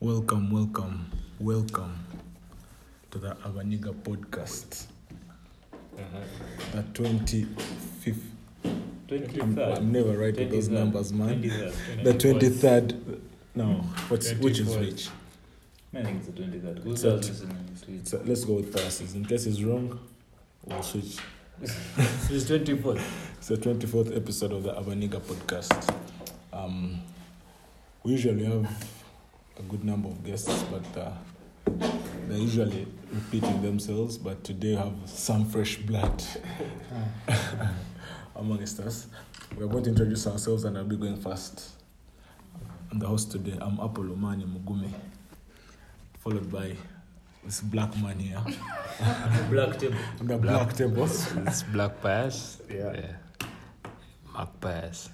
Welcome, welcome, welcome to the Avaniga podcast. Uh-huh. The 25th. I'm, I'm never right with those 23rd, numbers, man. 23rd, The 23rd. No, what's, which is 24th. which? I think it's the 23rd. It's Who's a- else listening this week? So let's go with Thursdays. In case it's wrong, we'll switch. It's 24th. It's the 24th episode of the Avaniga podcast. Um, we usually have a good number of guests, but uh, they're usually repeating themselves. But today we have some fresh blood amongst us. We're going to introduce ourselves and I'll be going first. I'm the host today. I'm Apollo Mani Mugume, followed by this black man here. Black table. I'm the black table. It's Black Bias. Yeah. Mark Bias.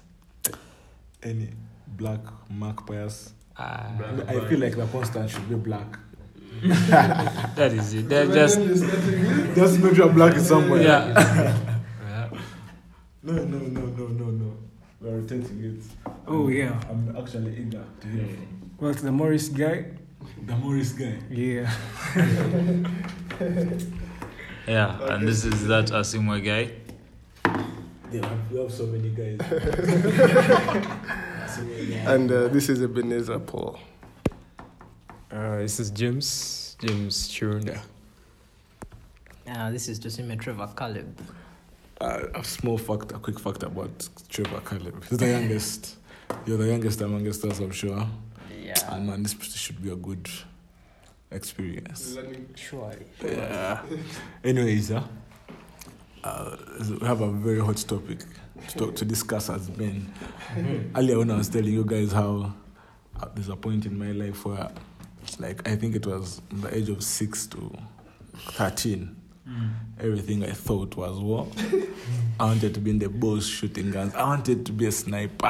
Any black Mark Pius. Ah, Black. I feel like the constant should be black. that is it. That just Just know you're black somewhere. yeah. yeah. No, no, no, no, no, no. We're rotating it. Oh yeah, I'm actually eager to hear from well it's the Morris guy. the Morris guy. Yeah, Yeah, and this is that Asimwe guy. They have, we have so many guys. so many guys. And uh, this is Ebenezer Paul. Uh, this is James, James Chirunda. Uh, this is Josime Trevor Caleb. Uh, a small fact, a quick fact about Trevor Caleb. He's the youngest. You're the youngest amongst us, I'm sure. Yeah. And man, this should be a good experience. Try. Yeah. Anyways, uh, uh, we have a very hot topic to, talk, to discuss as men. Earlier, when I was telling you guys how uh, there's a point in my life where, like, I think it was from the age of six to 13, everything I thought was war. I wanted to be in the boss shooting guns, I wanted to be a sniper.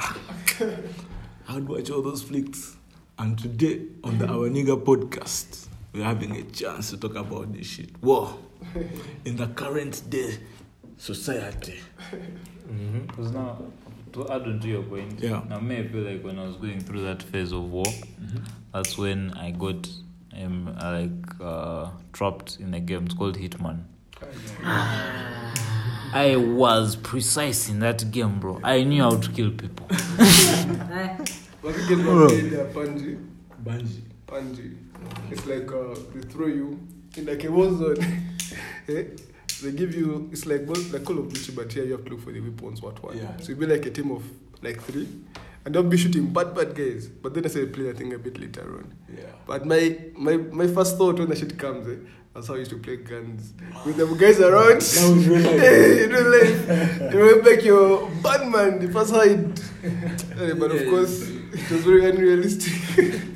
I would watch all those flicks. And today on the Our Nigga podcast, we're having a chance to talk about this shit. War in the current day society. Because now, to add on to your point, Yeah. now me, I feel like when I was going through that phase of war, that's when I got um, uh, like uh, trapped in a game. It's called Hitman. Ah. I was precise in that game, bro. I knew how to kill people. Wakija kuambia uh, panji, Banji. panji. It's like uh, they throw you in like a war zone. Eh? they give you, it's like both the Call of Duty, but here you have to look for the weapons, what one. Yeah. So you be like a team of like three, and don't be shooting bad, bad guys. But then I say play that thing a bit later on. Yeah. But my, my, my first thought when the shit comes, eh, that's how I used to play guns. With them guys around. That was real life. Hey, you know, like, you went back your Batman, the first hide. Eh, but of course, it was very unrealistic.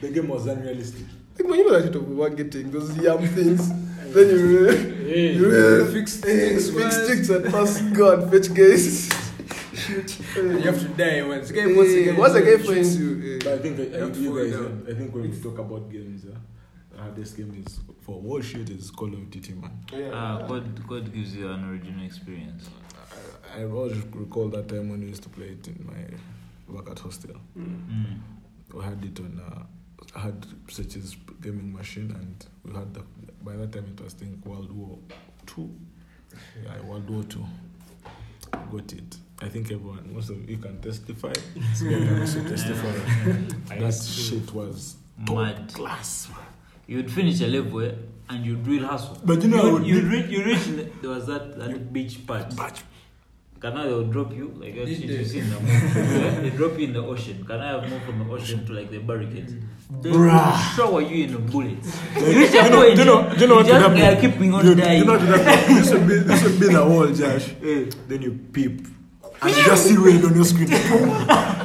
The game was unrealistic. like, when you know that shit of work getting those yam things, then you will you will fix things, fix things and pass gun, fetch guys. Shoot. You have to die once. Eh, once a guy, finds you, But I eh, think I, I, have to you fall guys, down. I think when we talk about games, uh, the hardest game is for war shoot is Call of Duty, man. Uh, Ah, God, God gives you an original experience. I, I always recall that time when we used to play it in my work at hostel. Mm. we had it on uh, I had such as gaming machine and we had the by that time it was think World War Two. Yeah, World War Two. Got it. I think everyone most of you can testify. you can also testify. that shit was top Mad. class. man. You'd finish a level eh, and you'd real hustle. But you know, I you'd, would you'd, be- reach, you reach the- there was that, that beach part. But Kana they would drop you like that shit you see in the movie. they drop you in the ocean. Can I have moved from the ocean to like the barricades? They Bruh. shower you in the bullets. Like, You reach you a know- point, you know- you know what just would happen? like keeping on you, dying. you know what happened? This would be this would be the wall, Josh. Then you peep. And you just see red on your screen.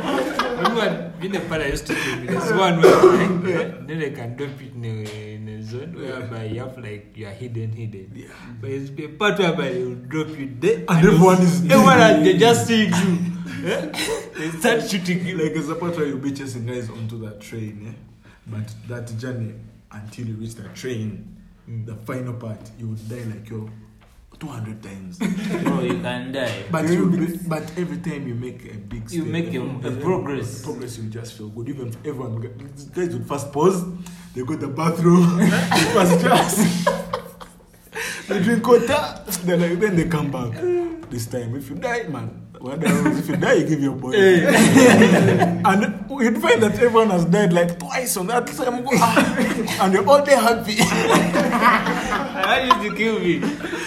Remember, being a part I used to play with this one where like, then they can drop it in a, in a zone whereby you have like you are hidden, hidden. Yeah. But it's be a part whereby they will drop you there, and, everyone is- everyone are- they just seeing you. Eh? they start shooting you. like it's a part where you'll be chasing guys onto that train, eh? but that Mm. journey until you reach the train, the final part, you would die like you're 200 times. Bro, you can die. But you, but every time you make a big You step, make a- a progress. Progress, you just feel good. Even everyone, guys would first pause. They go to the bathroom. they first just they drink water. Then like, then they come back. This time, if you die, man. what the hell, If you die, you give your body. and you'd find that everyone has died like twice on that same go. and you're all day happy. I used to kill me.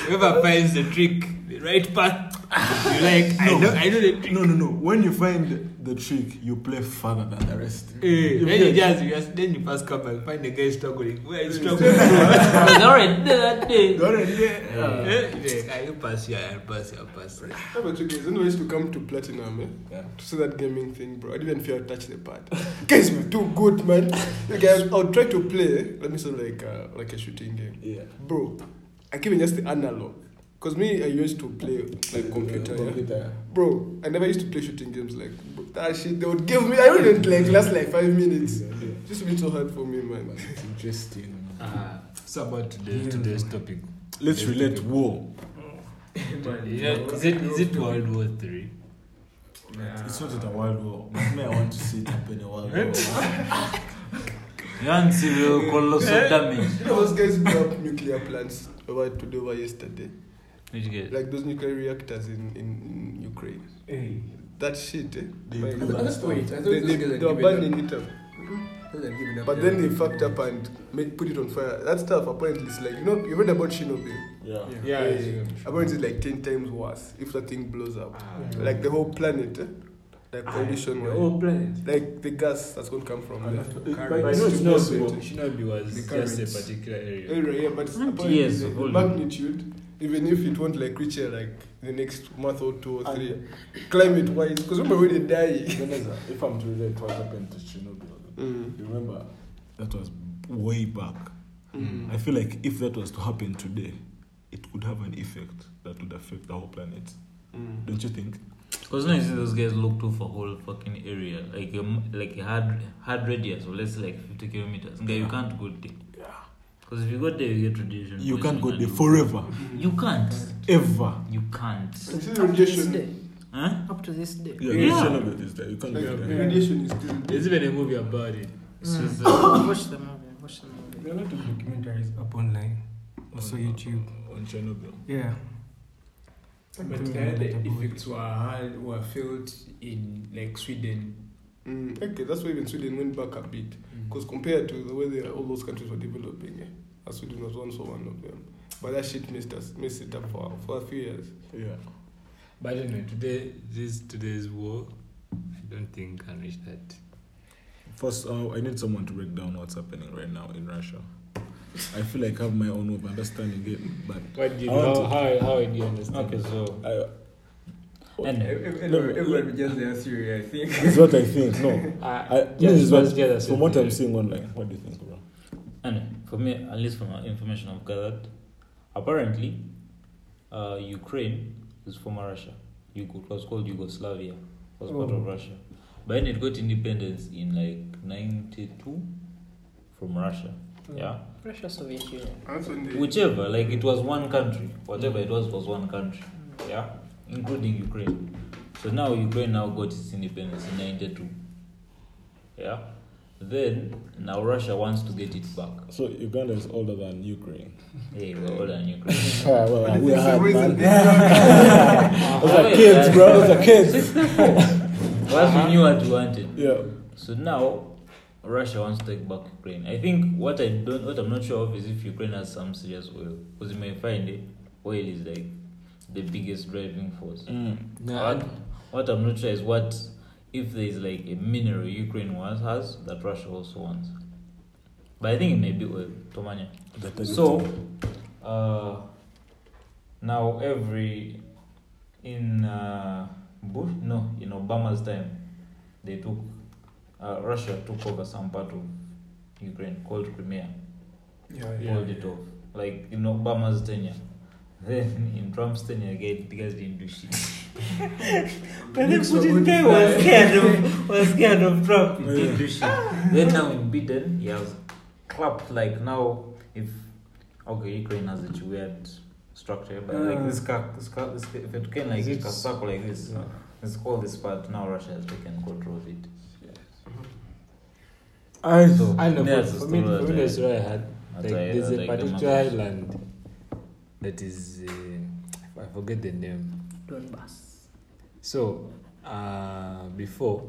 Whoever finds the trick, the right path, you like, I No. know, I know the trick. no, no, no. When you find the trick, you play further than the rest. Eh, You then you play- just, you just, then you first come and find the guy struggling. Where is struggling? He's already there that day. Already, yeah. Eh, he's like, "Ah, you pass here, I'll pass here, I'll pass here. How about you guys? Anyways, to come to platinum, eh? To say that gaming thing, bro. I didn't even feel I'd touch the part. guys, we're too good, man. You guys, I'll try to play. eh, Let me say like uh, like a shooting game, Yeah. bro. I give you just the analog. Cause me, I used to play like computer, yeah. Bro, I never used to play shooting games like bro, that shit. They would give me. I wouldn't like last like five minutes. Just a bit so hard for me, man. It's interesting. Ah, so about today's, today's topic. Let's relate war. is it is it World War Three? It's not a world war. But me, I want to see it happen a world war. You want to see real Eh? colossal damage. You know, those guys blew up nuclear plants over today, over yesterday. Which guy? Like those nuclear reactors in, in, in Ukraine. That shit, eh? They Like, blew that stuff. Wait, I thought they, those they, guys had they were given up. burning it up. Those had given up. But then they fucked up and made, put it on fire. That stuff apparently is like, you know, you read about Chernobyl. Yeah. Yeah, yeah. Apparently it's like 10 times worse if that thing blows up. Ah, Like the whole planet, eh? Like condition The wise. Oh. whole planet. Like the gas that's going to come from Ah, there. But But it's no, it's too not possible. It should not be was The just a currents. particular area. Area, yeah, but apparently Yes, the, the hold on. magnitude, even if it won't like reach here like the next month or two or three, climate wise, because remember when they die. Vanessa, uh, if I'm to relate what happened to Chernobyl, Mm. you remember that was way back. Mm. I feel like if that was to happen today, it could have an effect that would affect the whole planet. Mm. Don't you think? Because now you see those guys look to for whole fucking area, like a m like a hard hard radius of let's say like fifty kilometers. Guy, you can't go there. Yeah. Because if you go there, you get radiation. You can't go there poisoning and- forever, You can't. ever. You can't. Still Up to this radiation. day. Huh? Up to this day. Yeah, Yeah. Chernobyl is there. You can't Like, go there. radiation is still there. There's even a movie about it. It's just Watch the movie. Watch the movie. There are a lot of documentaries up online, also YouTube. On Chernobyl. Yeah. But uh, the, the effects were hard, were felt in like Sweden. Mm. Okay, that's why even Sweden went back a bit. Because compared to the way they, all those countries were developing, eh, Sweden was also one of them. But that shit messed us, messed it up for, for a few years. Yeah. But anyway, today this today's war, I don't think can reach that. First, uh, I need someone to break down what's happening right now in Russia. I feel like I have my own way of understanding it, but What do you I want how, how how do you understand? okay, so I, and Everyone just their theory, I think. this is what I think. No, I, Uh, this is what, just get us from what I'm in- seeing online. What do you think, bro? and for me, at least from the information I've gathered, apparently, uh, Ukraine is former Russia. Yugo- It was called Yugoslavia. Was part of Russia, but then it got independence in like ninety-two from Russia. Yeah. Russia, Soviet Union. That's when they, whichever like it was one country whatever it was it was one country yeah including ukraine so now ukraine now got its independence in 92 yeah then now russia wants to get it back So Uganda is older than Ukraine. hey we're older than ukraine Yeah, well, we are hard, man. Those are Wait, kids, uh, bro. Those are kids. Uh-huh. Once we knew what we wanted Yeah. so now russia wants to take back ukraine i think what i don't what i'm not sure of is if ukraine has some serious oil because you may find it oil is like the biggest driving force Mm. What, what I'm not sure is what if there is like a mineral Ukraine wants has that Russia also wants. But I think it may be uh, oil, Tomania. That is So it. uh, now every in uh, Bush no in Obama's time they took uh, Russia took over some part of Ukraine called Crimea Yeah, pulled it off. Like in Obama's tenure. Then in Trump's tenure, again, the guys didn't do shit. but then Putin guy was scared of was scared of Trump. He didn't do shit. Then now in Biden, he has clapped like now if okay Ukraine has a weird structure, but like Uh. this car, this car, this if it can like it a circle like this, it's called this part. Now Russia has taken control of it. I, So, I know, there's but a for me, story for me that that's what I had. I- Like, I- there's I a uh, like the particular Mapuches. island that is, uh, I forget the name. Donbass. So, uh, before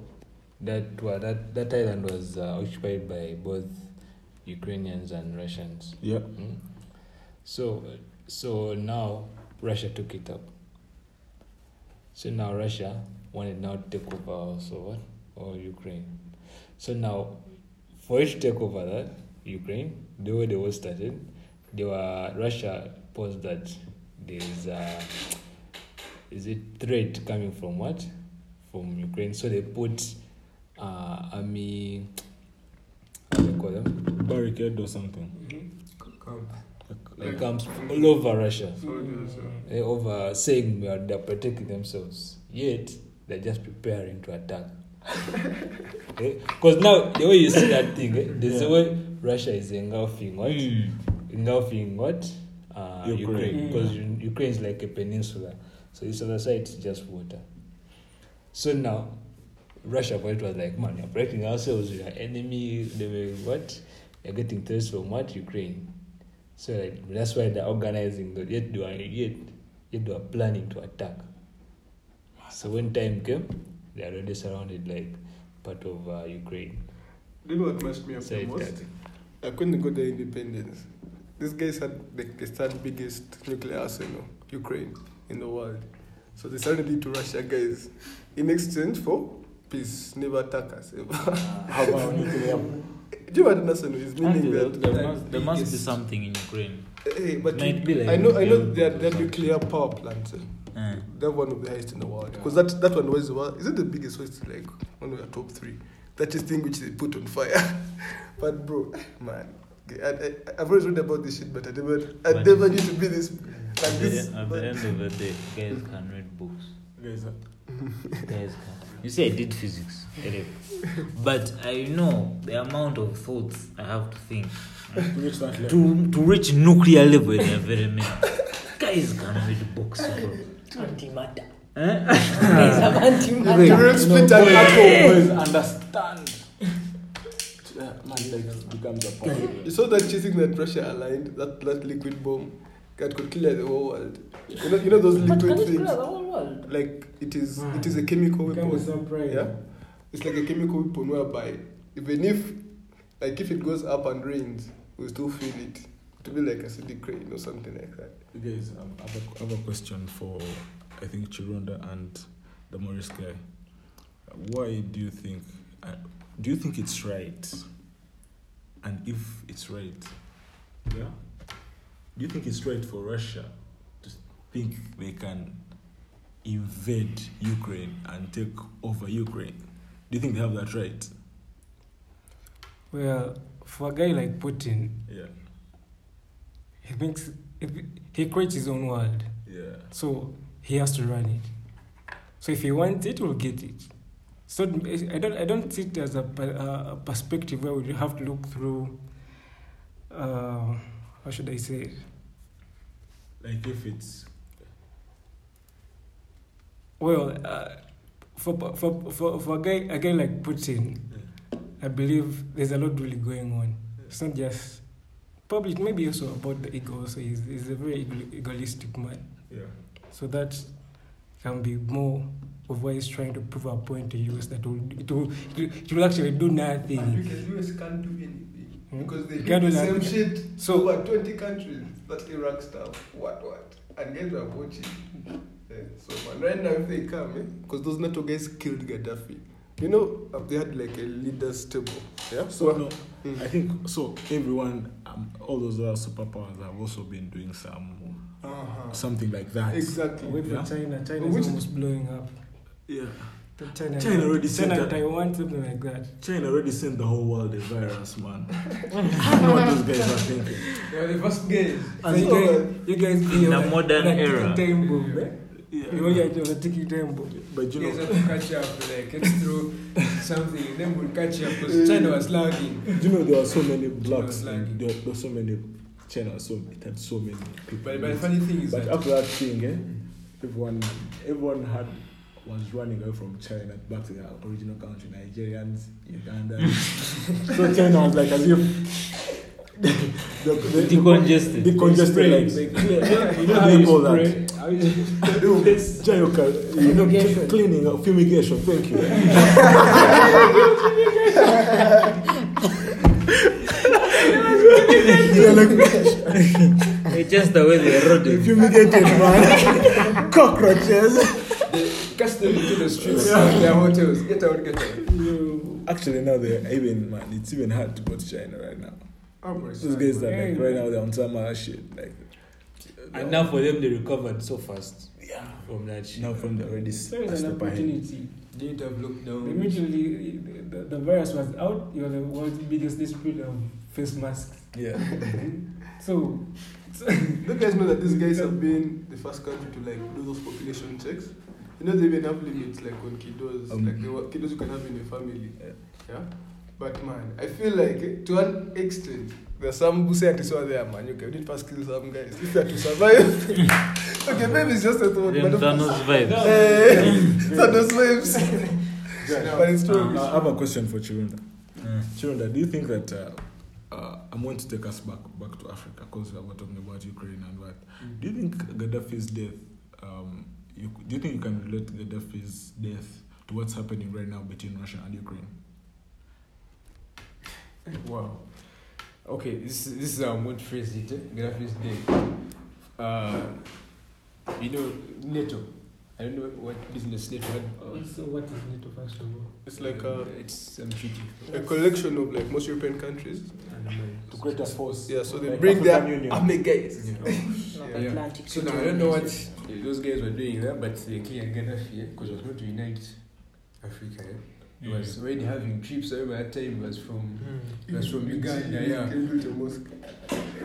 that, wa- that that island was uh, occupied by both Ukrainians and Russians. Yeah. Mm. So, so now Russia took it up. So now Russia wanted now to take over also what or Ukraine. So now, for it to take over that Ukraine, the way they were started, they were Russia posed that there is a is it threat coming from what from Ukraine. So they put uh, army. How do they call them? Barricade or something. Mm-hmm. Come. Like camps all over Russia. Soldiers, yeah. eh, over saying they are, they are protecting themselves, yet they're just preparing to attack. Because now the way you see that thing, eh, there's a way Russia is engulfing what, Mm. engulfing what, uh, Ukraine. Ukraine, because Ukraine is like a peninsula, so this other side is just water. So now, Russia for it was like, man, you're protecting ourselves, we are enemy, they were what, you're getting threats from what Ukraine. So like, that's why they're organizing the yet they are yet yet they are planning to attack. So when time came, they are already surrounded like part of uh, Ukraine. Do you know what messed me up the Said most? that. I couldn't go their independence. These guys had like the third biggest nuclear arsenal, Ukraine, in the world. So they started it to Russia guys in exchange for peace. Never attack us ever. How about nuclear? Do you know what an arsenal is? Meaning There, that there, like, must, there must be something in Ukraine. hey, but might be like I know I know nuclear they're, weapons they're or something. nuclear power plants. eh. Uh. Eh. They're one of the highest in the world. Because that, that one was the one- is it the biggest one? It's like one of the top three. That is thing which they put on fire. but bro, man, I, I, I've always read about this shit, but I never I But- never knew to be this At, like this. the, at the but- end of the day, guys can read books. Guys, uh, Guys can. You see, I did physics, LF. but I know the amount of thoughts I have to think to reach that level. to to reach nuclear level in a very minute. Guys can read books, bro. Antimatter. Eh? Guys have The antimatter. real split and atom. Always understand. Yeah, man, like becomes a problem. You saw that cheating that Russia aligned, that, that liquid bomb that could clear the whole world. You know, you know those But can liquid it clear things? the whole world? Like it is Hmm. it is a chemical Come with weapon. some pride. Yeah, it's like a chemical weapon whereby even if, like, if it goes up and rains, we still feel it. To be like acidic rain or something like that. Guys, um, I have a, I have a question for I think Chironda and the Morris guy. Why do you think? Uh, do you think it's right? And if it's right, yeah, do you think it's right for Russia to think they can invade Ukraine and take over Ukraine? Do you think they have that right? Well, for a guy like Putin, Yeah, he thinks he creates his own world, yeah. so he has to run it. So if he wants it, we'll get it. So I don't I don't see it as a, per- a a perspective where we have to look through. Uh, how should I say? it? Like if it's Well, uh, for, for, for, for a, guy, a guy like Putin, I believe there's a lot really going on. It's not just probably it may be also about the ego. Also, he's, he's a very ego- egoistic man, yeah, so that can be more of what he's trying to prove a point to us that will it will it will actually do nothing. Because US can't do anything Hmm? because they You do can't the do same nothing. shit. So- over twenty countries that Iraq stuff. What what? And guys were watching. Yeah, so man, right now if they come, eh? Because those NATO guys killed Gaddafi. You know, uh, they had like a leader stable. Yeah. So no, Mm. I think so. Everyone, um, all those other superpowers have also been doing some Uh-huh. something like that. Exactly. Away from Yeah. China, China Which- is almost blowing up. Yeah, China, China already said China, that. Taiwan, something like that. China already sent the whole world a virus, man. I know what those guys are thinking. They were the first guys. So And you, guys, you guys be In a on modern on a ticking era. time bomb, eh? You Yeah, guys are on a ticking time bomb. but you Guys know, have to catch up, like, get through something, then we'll catch up because China was lagging. you know there are so many blacks. like- There, there are so many China was so it had so many people. But, in but the it. funny thing is But that after that thing, eh, everyone everyone had was running away from China back to their original country, Nigerians, Ugandans. so China was like as if the, the, the- Decongested. Decongested like, They you know how you call that? Jayoka, you know, Fumigation. cleaning, uh, fumigation. Thank you. They're like It's just the way they rode it. fumigated, man. Cockroaches. cast them into the streets of their hotels. Get out, get out. Actually, now they're even man. It's even hard to go to China right now. Oh, my Those son. guys are like right now they're on some other shit. Like And now for them, they recovered so fast yeah, from that shit. now from the already s- There is an step ahead. opportunity. Didn't have looked down. Immediately, the, the virus was out. You're the world's biggest distributor of face masks. Yeah, So, You guys know that these guys have been the first country to like do those population checks. You know they even have limits like on kiddos, Um, like the wa- kiddos you can have in your family. Yeah. Yeah. But man, I feel like eh, to an extent, there are some who say until there, man. You can need first kill some guys if you are to survive. okay, maybe it's just a thought, Them but Eh, of course- Thanos vibes. Hey, Thanos waves. but it's true. I have a question for Chirunda. Mm. Chirunda, do you think that uh, uh, I'm going to take us back back to Africa because we were talking about Ukraine and what? Mm. Do you think Gaddafi's death? Um, you, do you think you can relate Gaddafi's death to what's happening right now between Russia and Ukraine? Wow. Okay, this this is our mood phrase. It eh? Graphics day. Uh, you know NATO. I don't know what business NATO had. Uh, also, what is NATO first of all? It's like a, it's some treaty. a collection of like most European countries. To create a force. Yeah, so they Like bring African their Union. army guys. Yeah. Atlantic. So now I don't know what those guys were doing there, but they clearly Gaddafi here because it was not to unite Africa. Eh? He was already having trips over that time. He was from he was from Uganda. Yeah.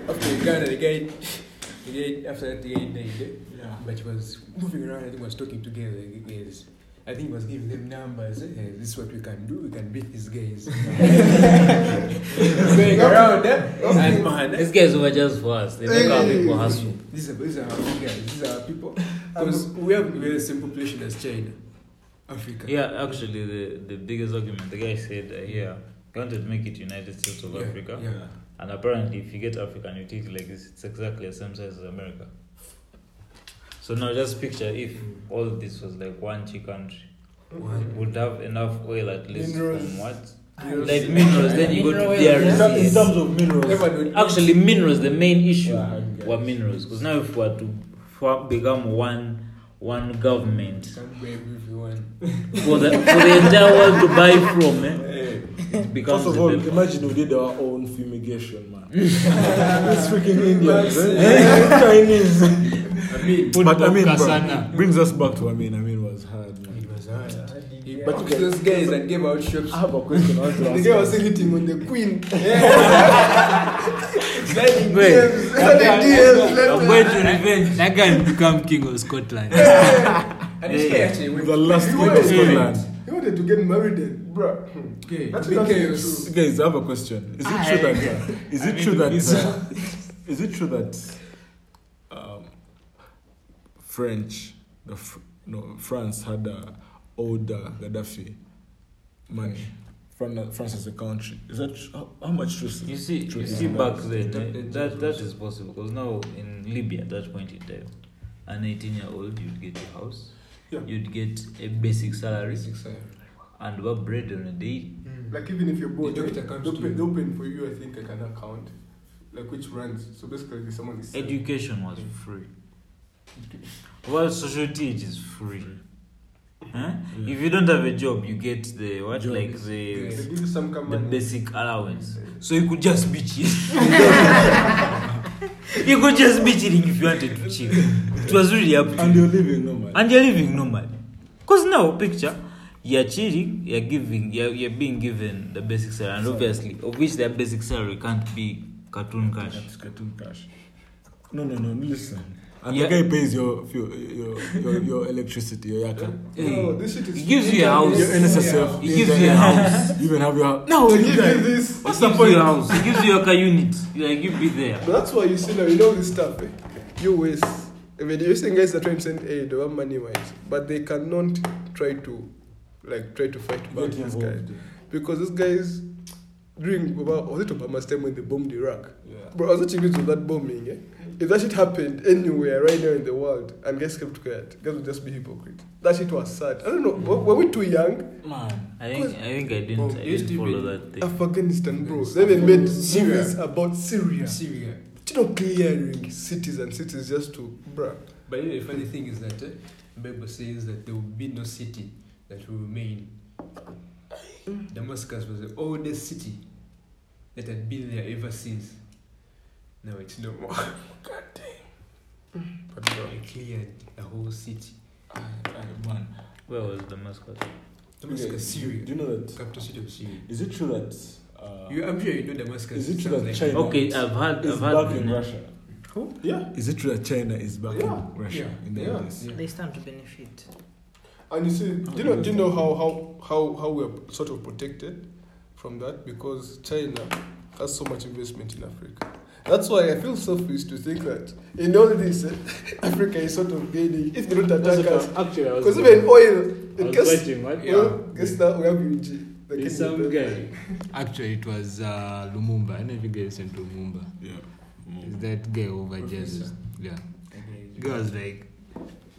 After Uganda, the guy, the guy after that the guy died. eh? Yeah. But he was moving around, I think he was talking together guys. I think he was giving them numbers. eh, eh, this is what we can do, we can beat these guys. going around, eh? And man, eh, These guys were just for us. They make our people Eh. hustle. these are, these are our guys, these are our people. Because we have we're the same population as China, Africa. Yeah, actually, the, the biggest argument the guy said uh, here, he wanted to make it United States of Yeah, Africa. Yeah. And apparently, if you get Africa and you take it like this, it's exactly the same size as America. So now just picture if all of this was like one chi country, One. would have enough oil at least Minerals. from what? Minerals. Like minerals, then you go to Mineral oil, In, term- in DRC. terms of minerals. Everyone would- Actually, minerals, the main issue Yeah, I guess. were minerals. Because now if we were to for, become one one government Some way if you want. for the, for the entire world to buy from, eh, it becomes First of a all, bit- imagine we did our own fumigation, man. It's freaking Indians, eh? Chinese. I mean, But I mean, bro, Kasana. brings us back to I mean, I mean was hard. Man. it was hard. He Yeah. but Okay. those guys that gave out shops. I have a question. I want to The ask. guy was still hitting on the queen. Sliding Wait. DMs, sliding DMs, left- I'm going to revenge. That guy will become king of Scotland. And this guy actually went the last You thing wanted of to get- Scotland. you wanted to get married then, bruh. Hmm. Okay, That's big actually chaos. Guys, I have a question. Is it true that? Uh, is it true that? Uh, is it true that? Um, French, the fr- no France had a older Gaddafi money. France, France as a country. Is that tr- how, how much truth? You see, you Truth see is back nice. then, eh, It's that that dangerous. is possible because now in Libya, at that point in time, an 18 year old, you'd get your house, Yeah. you'd get a basic salary Six, uh, and what bread on a day. Like even if you're bored, The they doctor comes to you. open, they open for you. I think like an account, like which runs. So basically, someone is selling. Education was free. Well, society it is free. Huh? If you don't have a job, you get the what Job. like They the give you some kind the of money. basic allowance. So you could just be cheating. you could just be cheating if you wanted to cheat. It was really up to And you. you're living, no man. and you're living normally. Because now, picture, you're cheating, you're giving, you're, you're being given the basic salary, and obviously, of which that basic salary can't be cartoon cash. That's cartoon cash. No, no, no. Listen, And Yeah. the guy pays your fuel, your your, your electricity, your yaka. No, Hey, this shit is. It gives you a house. Your NSSF. It gives you a your house. You even have your house. No, They give you you guys. this. What's It the gives you point? a house. It gives you like a unit. Like you be there. But that's why you see now, you know this stuff, eh? You waste. I mean, you're saying guys are trying to send aid or money wise, but they cannot try to, like, try to fight back Get this guy. involved. Because this guy's during Obama, was it Obama's time when they bombed Iraq? Yeah. Bro, I was watching videos of that bombing, eh? If that shit happened anywhere right now in the world and guys kept quiet, guys would just be hypocrite. That shit was sad. I don't know, were were we too young? Man. I think I think I Well, didn't I used didn't to follow be- that thing. Afghanistan, bro. Yes, They even made Syria. movies about Syria. Syria. You know, clearing cities and cities just to, bruh. But anyway, the funny thing is that uh, Bible says that there will be no city that will remain. Damascus was the oldest city that had been there ever since. Now it's no more. God damn. But bro, I cleared the whole city. Man. Where was Damascus? Damascus, Okay, Syria. Do you know that? Capital city of Syria. Is it true that? Ah. Uh, You, I'm sure you know Damascus. Is it true sounds like- that China- Okay, I've had is I've back had in dinner. Russia. Who? Yeah. Is it true that China is back Yeah, in Russia yeah, in the yeah. days? They stand to benefit. And you see, do you know, do you know how, how, how, how we are sort of protected from that? Because China has so much investment in Africa. That's why I feel selfish to think that in all this, eh, Africa is sort of gaining if they don't That's attack what us. I'm- actually, I was Because even oil, I it was gets, watching, what? yeah. gets that we have UG. the There's Kenyan people. some guy. Actually, it was uh, Lumumba. I never guys sent Lumumba. Yeah. Is that guy over Jesus? Professor. Yeah. Okay, Guy was like,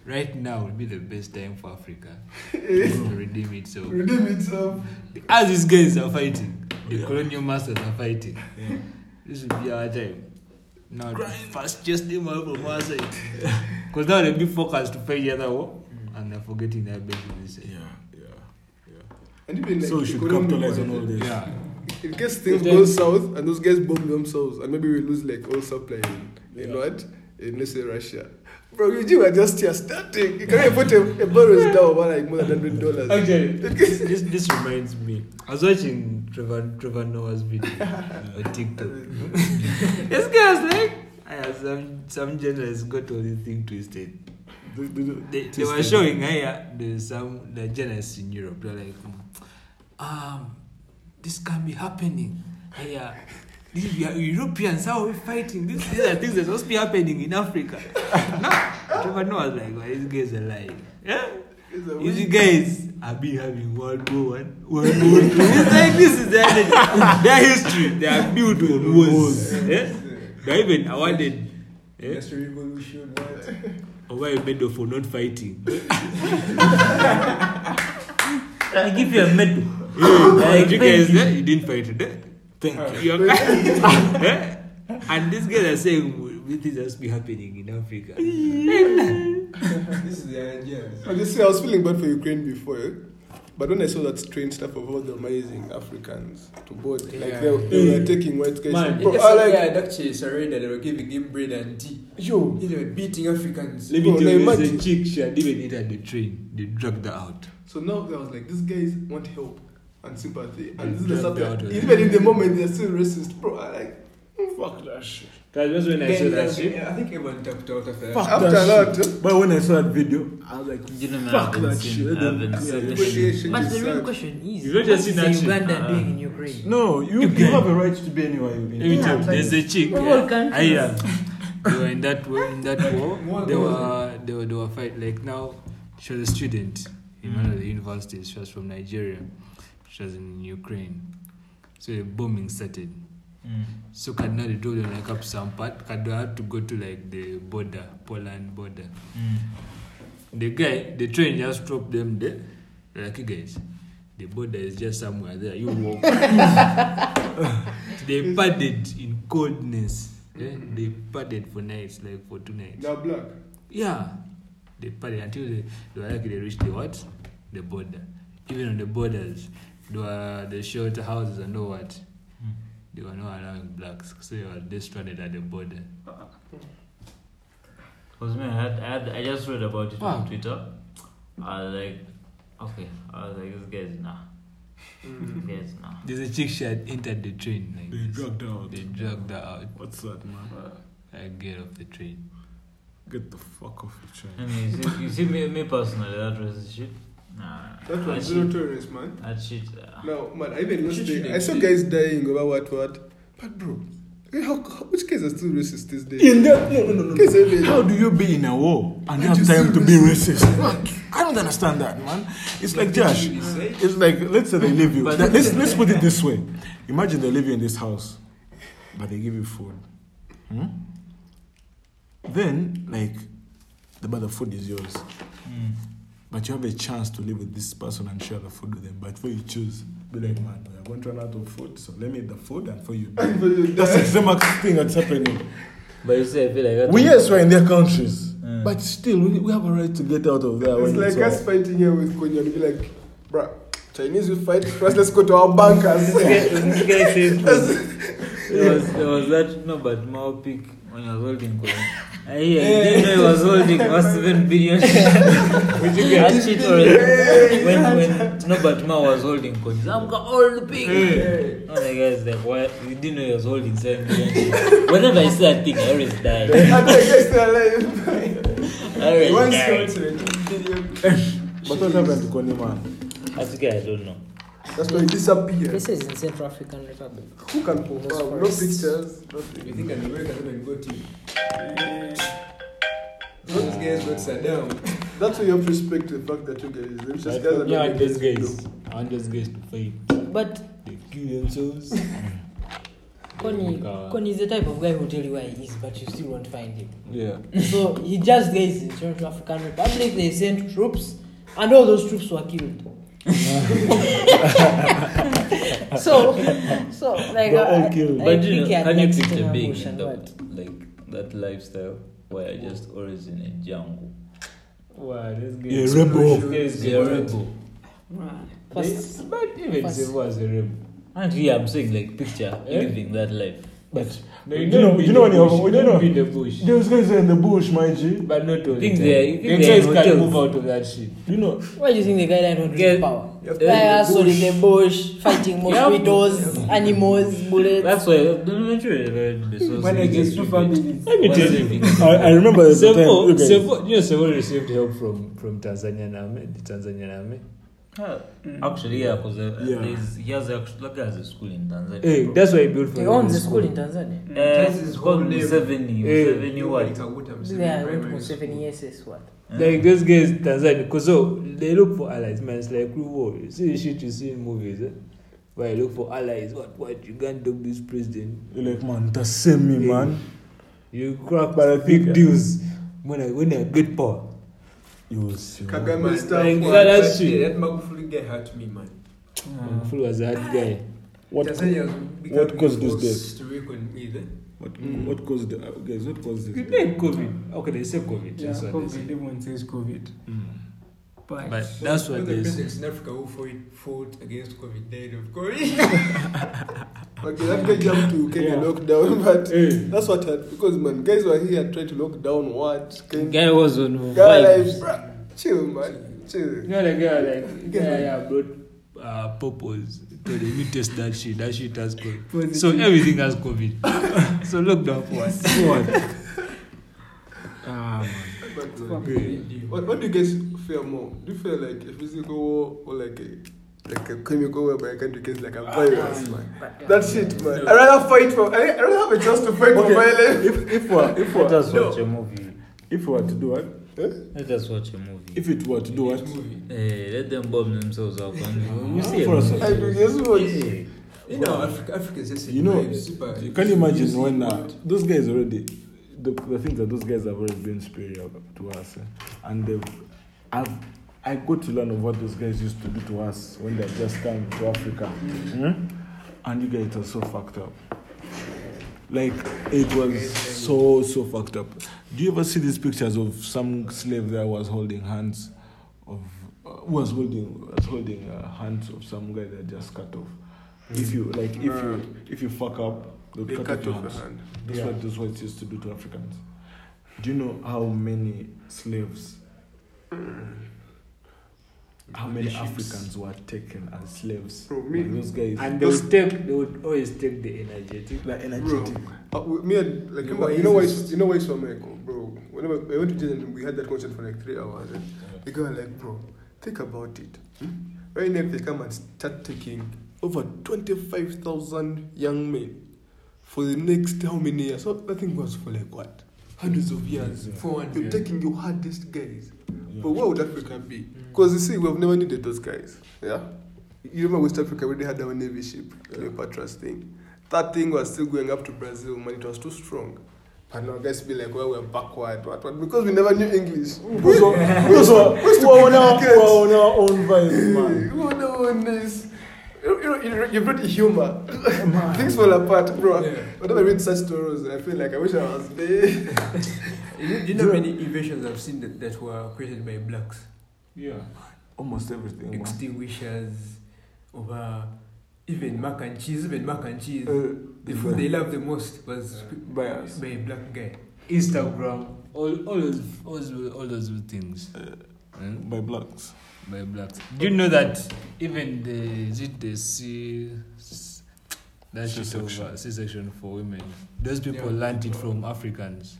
right now would be the best time for Africa to redeem itself. Redeem itself. As these guys are fighting, the Yeah. colonial masters are fighting. Yeah. This would be our time. Now, first just them out from our side. Because now they'll be focused to fight the other war, and they're forgetting their business. Mm. Yeah. Yeah. And even like so we should economic capitalize on wise, all eh, this. Yeah. In case things But go then- south and those guys bomb themselves, and maybe we lose like all supply in, in what? In let's say Russia. Bro, you do are just here starting. You can't even put a, a barrel down over like more than hundred dollars. Actually, this, this, this reminds me. I was watching Trevor, Trevor Noah's video on TikTok. this guy was like, I have some some journalists got all this thing twisted. They, they, They, they were showing higher there's some the journalists in Europe. They're like, um, this can be happening. Yeah. These we are Europeans, how are we fighting? These, these are things that's supposed to be happening in Africa. no, Trevor Noah was like, well, these guys are lying. Yeah. It's a If you win. guys have been having World War One, World War Two, it's like this is their, their history. They are built on wars. Yeah? They are even awarded yeah? That's a revolution. What? over a medal for not fighting. They give you a medal. Like you thank guys, you. eh, you Ah. didn't fight today. Thank you. You're Eh? And these guys are saying "Well, this has to be happening in Africa. this is the idea. I just say I was feeling bad for Ukraine before, eh? but when I saw that strange stuff of all the amazing Africans to board, like they, were- they were taking white guys. Man, bro, Yes, I oh, like, like yeah, actually, surrender. They were giving him bread and tea. yo. They were beating Africans. Let me Bro, tell now you, there's imagine- a chick she had even eaten the train. They dragged her out. So now I was like, these guys want help and sympathy, and this is Yeah, the stuff they're out that of even in the moment they're still racist, bro. I like Fuck that shit. Guys, that's when Then, yeah, I think everyone tapped out of that. Fuck after that that. shit. But when I saw that video, I was like, You know, man, I fuck haven't that seen- shit. I They- haven't yeah, seen they- that shit. Shit But is the real sad. question is, You've not what just is seen that the shit. Ah. Uganda Uh-uh. doing in Ukraine? No, you, you have a right to be anywhere you Let me Yeah, tell you, it's there's a chick. we're yeah, all countries. I am. They were in that war. In that war, What they was were they were they were fight. Like now, she was a student in one of the universities. She was from Nigeria. She was in Ukraine. So the bombing started. Mm. So Kaduna they drove them like up some part. Kaduna had to go to like the border, Poland border. Mm. The guy, the train just dropped them there. They're like, you guys, the border is just somewhere there. You walk. they padded in coldness. Yeah? They padded for nights, like for two nights. They're black. Yeah. They padded until they, they were like they reached the what? The border. Even on the borders, there were the shelter houses and all what. Hmm. They were not allowing blacks, so they were just stranded at the border. Because man, I, had, I, had, I just read about it Wow. on Twitter. I was like, okay. I was like, this guy's nah. Mm. This guy's nah. There's a chick she had entered the train like They this. drugged out. They dragged her out. What's that, man? I get off the train. Get the fuck off the I train. mean, you see, you see me, me personally, that racist shit. Nah. That I was zero Ah, shit- tolerance, man. That shit. Uh, No, man, I even Shit lost should it. I saw guys exist. dying over what what. But bro, eh, how, how, which guys are still racist these days? In the, no, no, no, Guys are even- no. How do you be in a war and Did you have time to see be this? racist? I don't understand that, man. It's like Josh. It's like let's say they leave you. But- Let's let's put it this way. Imagine they leave you in this house, but they give you food. Hmm? Then like, the but the food is yours. mm. But you have a chance to live with this person and share the food with them. But before you choose, be like, man, we are going to run out of food, so let me eat the food and for you. That's the exact thing that's happening. But you see, I feel like that. We yes, we're in their countries, Mm. but still, we, we have a right to get out of there. It's when like it's us fighting here with Konya. We'll be like, bruh, Chinese will fight first, let's go to our bankers. This guy- this guy says that. there was there was that no but Mao pick when he was holding Kobe. I hear I didn't know he was holding was even billion Would you get that shit already when when no but Mao was holding Kobe. I've got all the pig All the guys like why you didn't know he was holding seven billion Whenever I see that thing I always die. And that guy's still alive. I always One die. shot. But what happened to Kony man? That guy I don't know. That's why he disappeared. This is in Central African Republic. Who can confirm? No pictures. You think an American woman got him? Those guys got Saddam. Eh. That's why you have to respect the fact that you guys, them just guys are But, yeah, I not want these guys. I want these guys to fight. But They kill themselves. Connie, Oh God. Connie is the type of guy who will tell you where he is, but you still won't find him. Yeah. so he just goes in Central African Republic, they sent troops, and all those troops were killed. so, so like They're all I- killed. I, But you think know, he had can you left it in picture a being bush in and that, what? like that lifestyle where you're just always in a jungle? Wow, this guy. You're a rebel. Yes, You're you're a a rebel. First, They- But even first- Silva is a rebel. And yeah, I'm saying like picture Eh? living that life. But Do you know- do you know when you're- we do you don't know- be in the bush. Those guys are in the bush, my G. But not all the Think time. they- you think the they are guys in can't hotels? move out of that shit. You know, why do you think the guy died on Get- yeah. power? You have to Like live in the asshole bush. in the bush, fighting mosquitoes, animals, bullets. That's why the documentary When I get two families. Let me tell you. I, I remember the time. Sevo, you guys- Sevo, you know, Sevo received help from from Tanzanian army, the Tanzanian army. Actually, yeah, because uh, Yeah. there's he has actually that guy has a school in Tanzania. Hey, bro. that's why he built for he him owns a his school in Tanzania. Uh, That's his it's whole called name. Museveni. Hey. Museveni what? Yeah, I went for seven years. Yes, what? Like those guys, Tanzania, because so they look for allies, man. It's like real war. You see the shit you see in movies, eh? Where you look for allies. What? What? You can't dog this president. You're like, man, that's same me, man. You crack big deals. When I when I get power, You will see. Ah. Kagame Man, stuff. like, man. that- that's That shit. that Magufuli guy hurt me, man. Magufuli was a hard guy. What, Tanzania has become what caused this forced to reckon with, eh? what, what caused the, uh, guys, what caused Did this? they COVID? Okay, they say COVID. Yeah, that's what they COVID. say. Mm. Everyone says COVID. But, But that's All what the they say. presidents in Africa who fought, fought against COVID died of COVID. Okay, that guy jumped to Kenya Yeah. lockdown, but Hey. that's what happened. Because, man, guys were here trying to lock down what? Kenya. Guy was on Guys, bruh, chill, man. Chill. You know the girl like yeah, yeah brought uh, purpose. Told him you test that shit. That shit has COVID. so everything has COVID. so look down for us. What? Ah, man. But, man, What, what do you guys fear more? Do you feel like a physical war or like a like a chemical war? But I can't do guys like a virus, man. That shit, man. I rather fight for. I, I rather have a chance to fight for my life. If, if, we're, Let if, we're, us watch a movie. if we were to do what? Let us watch a movie. If it were to do what? Hey, let them bomb themselves up and you see a For us, movie. I do guess what. Yeah. You know, Africa, Africa is just a You know, vibe, super. you can imagine when uh, those guys already, the, the things that those guys have already been superior to us, eh, and they've, I've, I got to learn of what those guys used to do to us when they just came to Africa, Hmm? and you guys are so fucked up. Like it was so so fucked up. Do you ever see these pictures of some slave that was holding hands of uh, who was holding was holding uh, hands of some guy that just cut off? If you like, if you if you fuck up, they'll Mm. They cut, cut off your off your hands. hand. That's what that's what it used to do to Africans. Mm. Do you know how many slaves how many ships. Africans were taken as slaves? Bro, me- by those guys And they Those- would take, they would always take the energetic. like energetic. Uh, we- me and like Yeah, you, know, why you is know why this- it's- you know why it's so American, bro. Whenever I went to jail and we had that concert for like three hours, and the guy was like, bro, think about it. Hmm? Right now, if they come and start taking over twenty five thousand young men for the next how many years? So that thing goes for like what hundreds of years. For one You're year. taking your hardest guys. But where would Africa be? Mm. Because you see, we've never needed those guys. Yeah. You remember West Africa when they had our navy ship, Cleopatra's thing. That thing was still going up to Brazil, man. It was too strong. But now guys be like, well, we're backward, what, what? Because we never knew English. Those were- those were- who are on our- who are on our own vibes, man. Oh no, nice. You know, you know, you brought the humor. Things fall apart, bro. Whenever I read such stories, I feel like I wish I was there. You know, you know many inventions I've seen that, that were created by blacks? Yeah. Almost everything. man. Extinguishers, over even mac and cheese, even mac and cheese. Uh, the food they love the most was by us. by a black guy. Instagram, all all those all those, all those things hmm, By blacks. by blacks. Do you know that even the is it the C s- that shit over C-section. C section for women? Those people Yeah. learned it from Africans.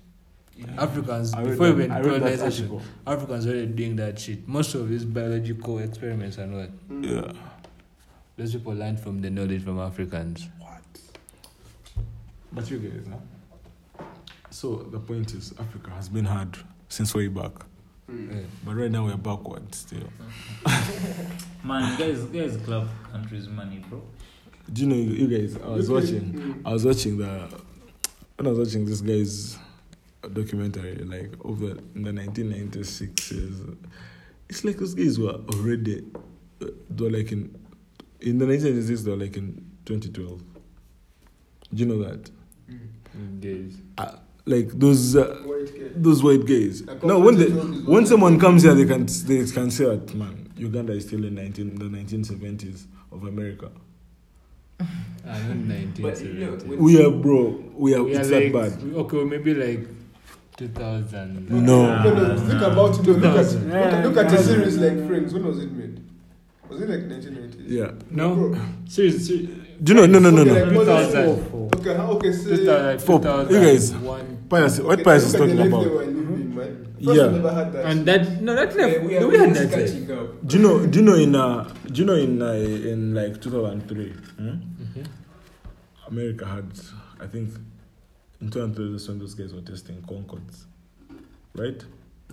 Africans I read before that- even I read that colonization, article. Africans already doing that shit. Most of these biological experiments and what Mm. Yeah. those people learned from the knowledge from Africans. But you guys, huh? So the point is, Africa has been hard since way back, Mm. Yeah. but right now we're backward still. Man, guys, guys, club countries money, bro. Do you know, you guys? I was watching. Mm. I was watching the when I was watching this guy's documentary, like over in the 1996s. It's like those guys were already uh, they were like in in the 1996 they were like in 2012. Do you know that? Mm, Yes. Uh, like those uh, White guy. those white gays. Like, No, when they, competition is when not- someone comes here, they can they can say that man, Uganda is still in 19 the 1970s of America. Ah, not 1970. But you know, when- We are bro, we are, We it's are that like, bad. okay, maybe like 2000. No. No, no, think about it. though. Look at, Thousand. look at, look at a series like Friends. When was it made? Was it like 1990s? Yeah. No? Bro, Seriously, Do you know? No, no, no, okay, no. like, what is 2000. it? Okay, how- okay, say. 2000, Four. You guys. 2001. Pius, what okay, Pius look is at talking the life They about? were living, man. First, Yeah. I never had that. And that, no, that we left. are- We, we are had always that left. catching up. Do you know? Do you know in uh, do you know in uh, in like 2003? Hmm? Mm-hmm. America had, I think, in 2003 that's when those guys were testing Concords, right?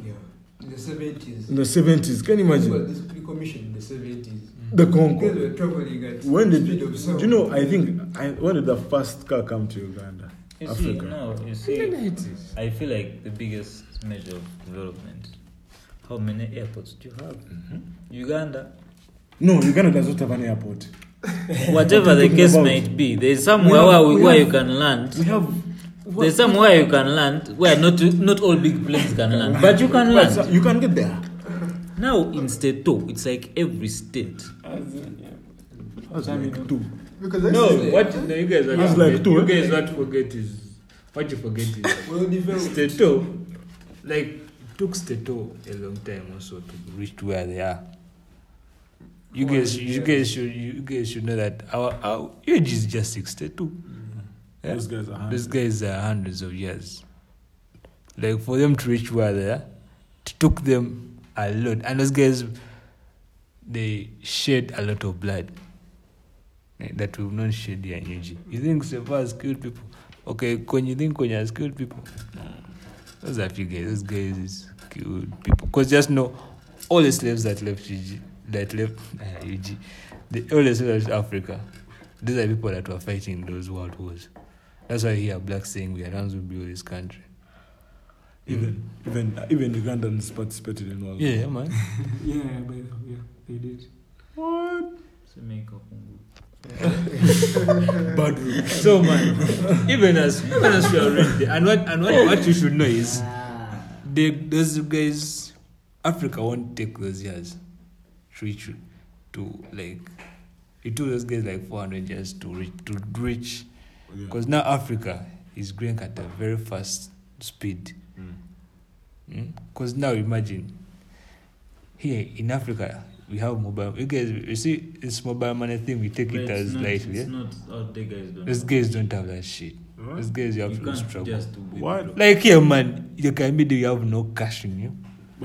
Yeah. In the 70s. In the 70s, can you imagine? Well, this pre-commission in the 70s. The Guys Concord. were traveling at When did speed of do sound. you know? I think I, when did the first car come to Uganda? You see, Africa. no, you see, I feel like the biggest measure of development. How many airports do you have? Mm-hmm. Uganda. No, Uganda does not have an airport. Whatever the talking case about? might be, there is somewhere We have- where, we, we where have- you can land. We have. There's somewhere you can land where not not all big planes can land, but you can What's- land. You can get there. Now in state two, it's like every state. That's like two. because I No, said- what no, you guys are It's not like forget- two, You eh? guys what forget is what you forget is Well, developed. Stato. Like it took Stato a long time also to reach to where they are. You guys, you guys should, you guys should know that our, our age is just sixty-two. Yeah? Those guys are. These hundreds. guys are hundreds of years. Like for them to reach where they are, it took them a lot. And those guys, they shed a lot of blood eh, that we've not shed here in UG. You think Sefa killed people? Okay, when you think Konya has killed people, those are few guys. Those guys is killed people. Cause just know all the slaves that left UG, that left uh, UG, the all the slaves left Africa. These are people that were fighting those world wars. That's why you hear blacks saying we are the ones who built this country. Even even even Ugandans participated in World Yeah, man. Yeah, but yeah, they did. War. Bad way. so man, even as even as we are already there, and what and what, what you should know is Ah. they those guys Africa won't take those years to reach to like it took those guys like four hundred years to reach to reach Yeah. because now Africa is growing at a very fast speed. Mm. Because now imagine here in Africa, we have mobile. You guys, you see, it's mobile money thing. We take But it's it as not, lightly. eh? It's Yeah? not out there, guys. Don't These know. guys don't have that shit. These guys, you have You to can't struggle. just do it. What? Like here, man, you can be there, you have no cash in you.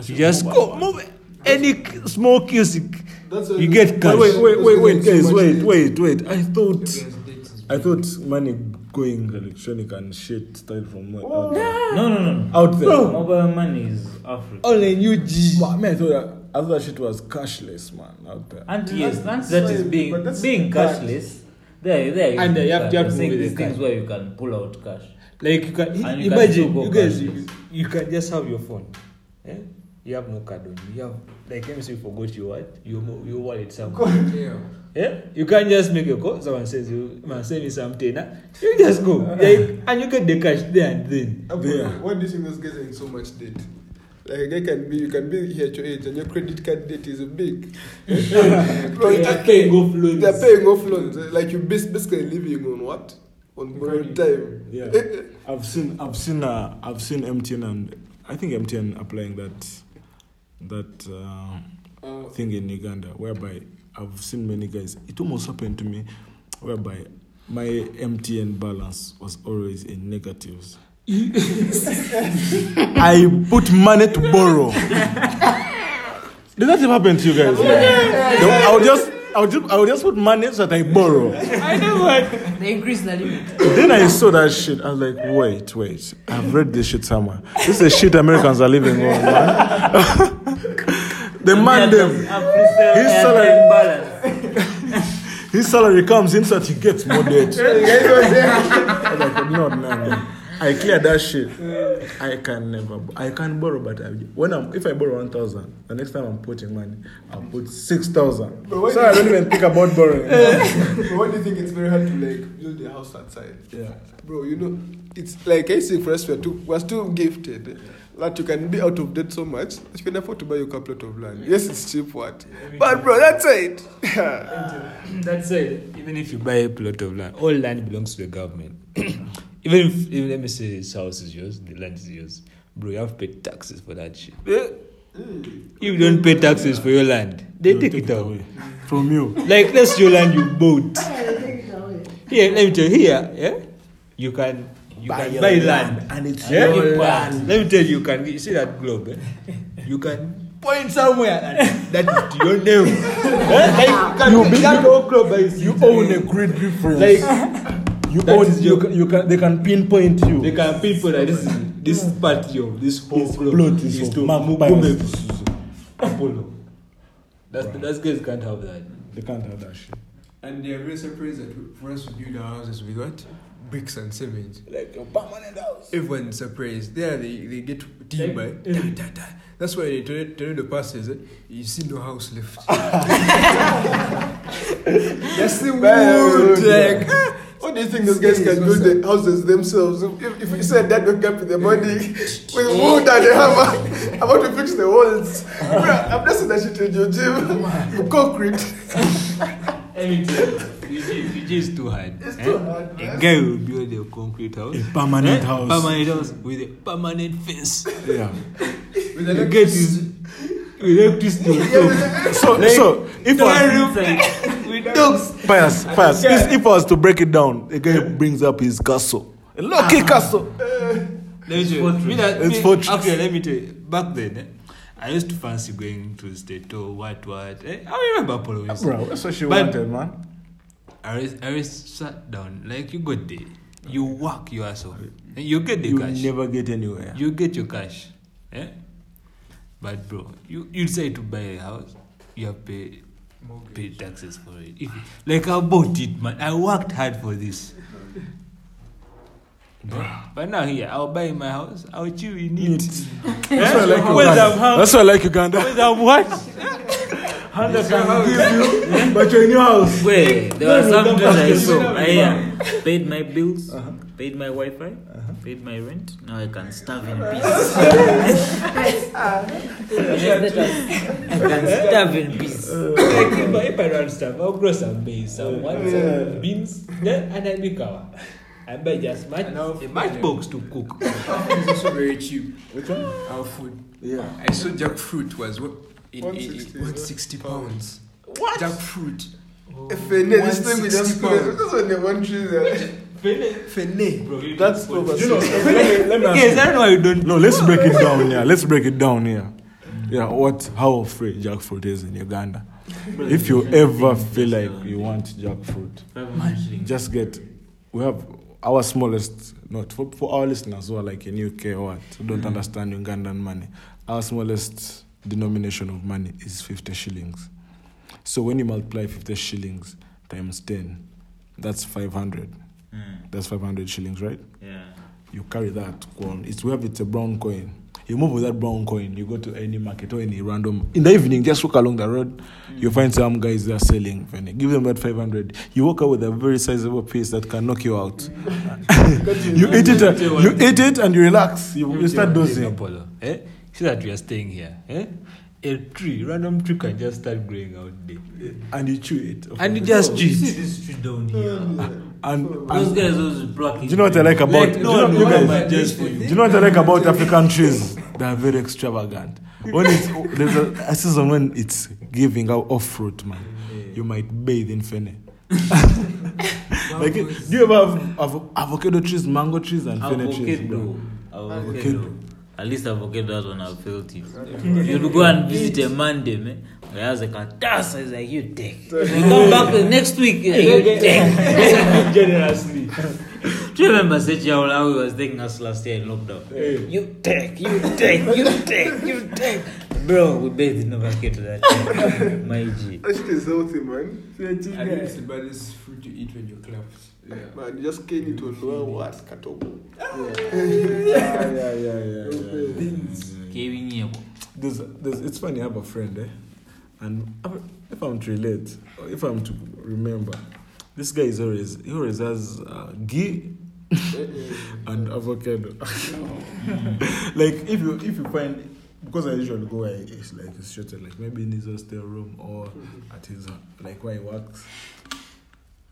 You just go move any k- small kiosk, That's why you get cash. Wait, wait, wait, wait, wait, That's guys, so much wait, data. wait, wait. I thought, Guys, I thought money going electronic and shit started from what? out there. No, no, no. Out there. Bro. Mobile money is Africa. Only new G. I mean, I thought that, I thought that shit was cashless, man, out there. And That's- yes, that's that why- is but being that's being cash. cashless. There, there. You And do you have to- that. you have I'm to saying move these the things cash. where you can pull out cash. Like you can And you can still imagine, go you guys, cashless. you, you can just have your phone. Eh? You have no card on you. You have like let me say you forgot your what your mo- your wallet somewhere. yeah. yeah, you can't just make a call. Someone says you man send me something. Huh? You just go like, and you get the cash there and then. Apo, Yeah. Why do you think those guys are in so much debt? Like a guy can be, you can be here at your age and your credit card debt is big. Bro, They it's are just- paying off loans. They're paying off loans. Like you bas- basically living on what? On borrowed time. Yeah. I've seen, I've seen, uh, I've seen MTN and I think MTN applying that, that uh, Uh, thing in Uganda, whereby I've seen many guys. It almost happened to me, whereby my MTN balance was always in negatives. I put money to borrow. Did that ever happen to you guys? No, I would just, I would just, I would just put money so that I borrow. They increase the limit. Then I saw that shit. I was like, wait, wait. I've read this shit somewhere. This is the shit Americans are living on, man. the man them. His salary- balance. His salary comes in so that he gets more debt. I was like, no, no, no. I clear that shit. I can never, bo- I can borrow, but I, when I'm, if I borrow one thousand, the next time I'm putting money, I'll put six thousand. But why So I don't even think about borrowing. but why do you think it's very hard to like build a house outside? yeah. Bro, you know, it's like I say for us, we're too, we're too gifted that you can be out of debt so much that you can afford to buy your couple of land. Yes, it's cheap, what? But bro, that's it. That's it. Even if you buy a plot of land, all land belongs to the government. even if, even let me say this house is yours, the land is yours. Bro, you have to pay taxes for that shit. If you don't pay taxes for your land, they They'll take, it away. from you. Like that's your land you bought. Here, let me tell you, here, yeah, you can you can your buy land. and it's Yeah? your But land. Let me tell you, you can you see that globe. eh? You can point somewhere and that is your name. Eh? Like, you can you that whole globe by You own a great difference. like you that own, is you, your- ca- you can, they can pinpoint you. they can people that this is this party of this whole His globe blood is of Mamu Mugabe Bios. versus Apollo. That's that's guys can't have that. They can't have that shit. And they are very surprised that for us to build our houses with what? Bricks and cement. Like a permanent house. Everyone's surprised. There they, they get timber. Da, da, da. That's why they turn tornado passes. Eh? You see no house left. That's the wood. Like, ah, What do you think those guys can build the houses themselves? If, if you said that wake up in the morning with wood and a hammer, I want to fix the walls. Bro, I'm not saying that shit in your gym. Concrete. It is too hard. It's too hard, A man. guy will build a concrete house. Permanent eh? house. Permanent house with a permanent fence. Yeah. with The electric- gate is with electricity. on top. So, Like, so if Dry I roof like, with dogs. pass, pass. If, if I was to break it down, the guy brings up his castle. A lucky castle. Let me tell you. Me that, It's me, fortress. Actually, let me tell you. Back then, eh, I used to fancy going to the state or what, what. Eh, I remember Apollo. Wilson. Bro, that's what she But- wanted, man. I was, I was sat down. Like, you got there. You work your ass off. eh, You get the You cash. never get anywhere. You get your cash. Eh? But, bro, you, you decide to buy a house. You have pay pay taxes for it. If, like, I bought it, man. I worked hard for this. Eh, But now here, I'll buy my house. I'll chill in it. That's why I like Uganda. That's why I like Uganda. what? But you're in your house. Wait, there were some dudes I saw. I uh, paid my bills, paid my Wi-Fi, paid my rent. Now I can starve in peace. I can starve in peace. like if, I- if I run stuff, I'll grow some maize, some Oh, what, some beans, then and I make our. I buy just much, And I'll- a matchbox to cook. Our food is also very cheap. Which one? Our food. Yeah. I saw jackfruit was what, it, it, 160, it, 160 pounds. What? Jackfruit. Fene, this thing we just 160 couldn't. This one, the one tree there. Fene. Bro, you That's people- over. Do you know, let me, let me ask Yes, you. I don't know why you don't. No, let's break it down here. Let's break it down here. Yeah, what how free jackfruit is in Uganda. If you ever feel like you want jackfruit, just get we have our smallest not for, for our listeners who are like in UK or what who don't understand Ugandan money. Our smallest denomination of money is fifty shillings. So when you multiply fifty shillings times ten, that's five hundred. Mm, That's five hundred shillings, right? yeah. you carry that coin. It's we have it's a brown coin. You move with that brown coin, you go to any market or any random in the evening, just walk along the road, Mm. you find some guys there selling Fanny. Give them that five hundred. You walk out with a very sizable piece that can knock you out. you eat it uh, you eat it and you relax. You, you start dozing. Apollo, eh? See that we are staying here. Eh? A tree, random tree can just start growing out there. And you chew it. of And you course. just You see juice. this street down here? and, Those and- guys always blocking. do you know what I like about Like, do you no, know, you no, guys- but just for Do you. you know what I like about African trees? They are very extravagant. When it's there's a, a season when it's giving out off fruit, man. You might bathe in fene. like, do you ever have avo- avocado trees, mango trees, and fene trees? Avocado. bro? Avocado. At least avocado that one I felt it. You'd go and visit a Monday, man. He has a catastrophe. He's like, you take. You come back the next week. eh, yeah, you take. Generously. Do you remember such how how he was taking us last year in lockdown? You take, you take, you take, you take. Bro, we bathed in avocado that time. My G. That shit is healthy, man. I think it's the baddest food to eat when you're clapped. Yeah. Man, you just cane it on lower what? Katobo. Yeah, yeah, yeah, yeah. yeah. Kevin Yebo. There's, there's, it's funny, I have a friend, eh? And if I'm to relate, or if I'm to remember, this guy is always, he always has uh, ghee Uh-uh. and avocado. like, if you if you find, because I usually go where it's like, it's sheltered, like maybe in his hostel room or at his, like where he works,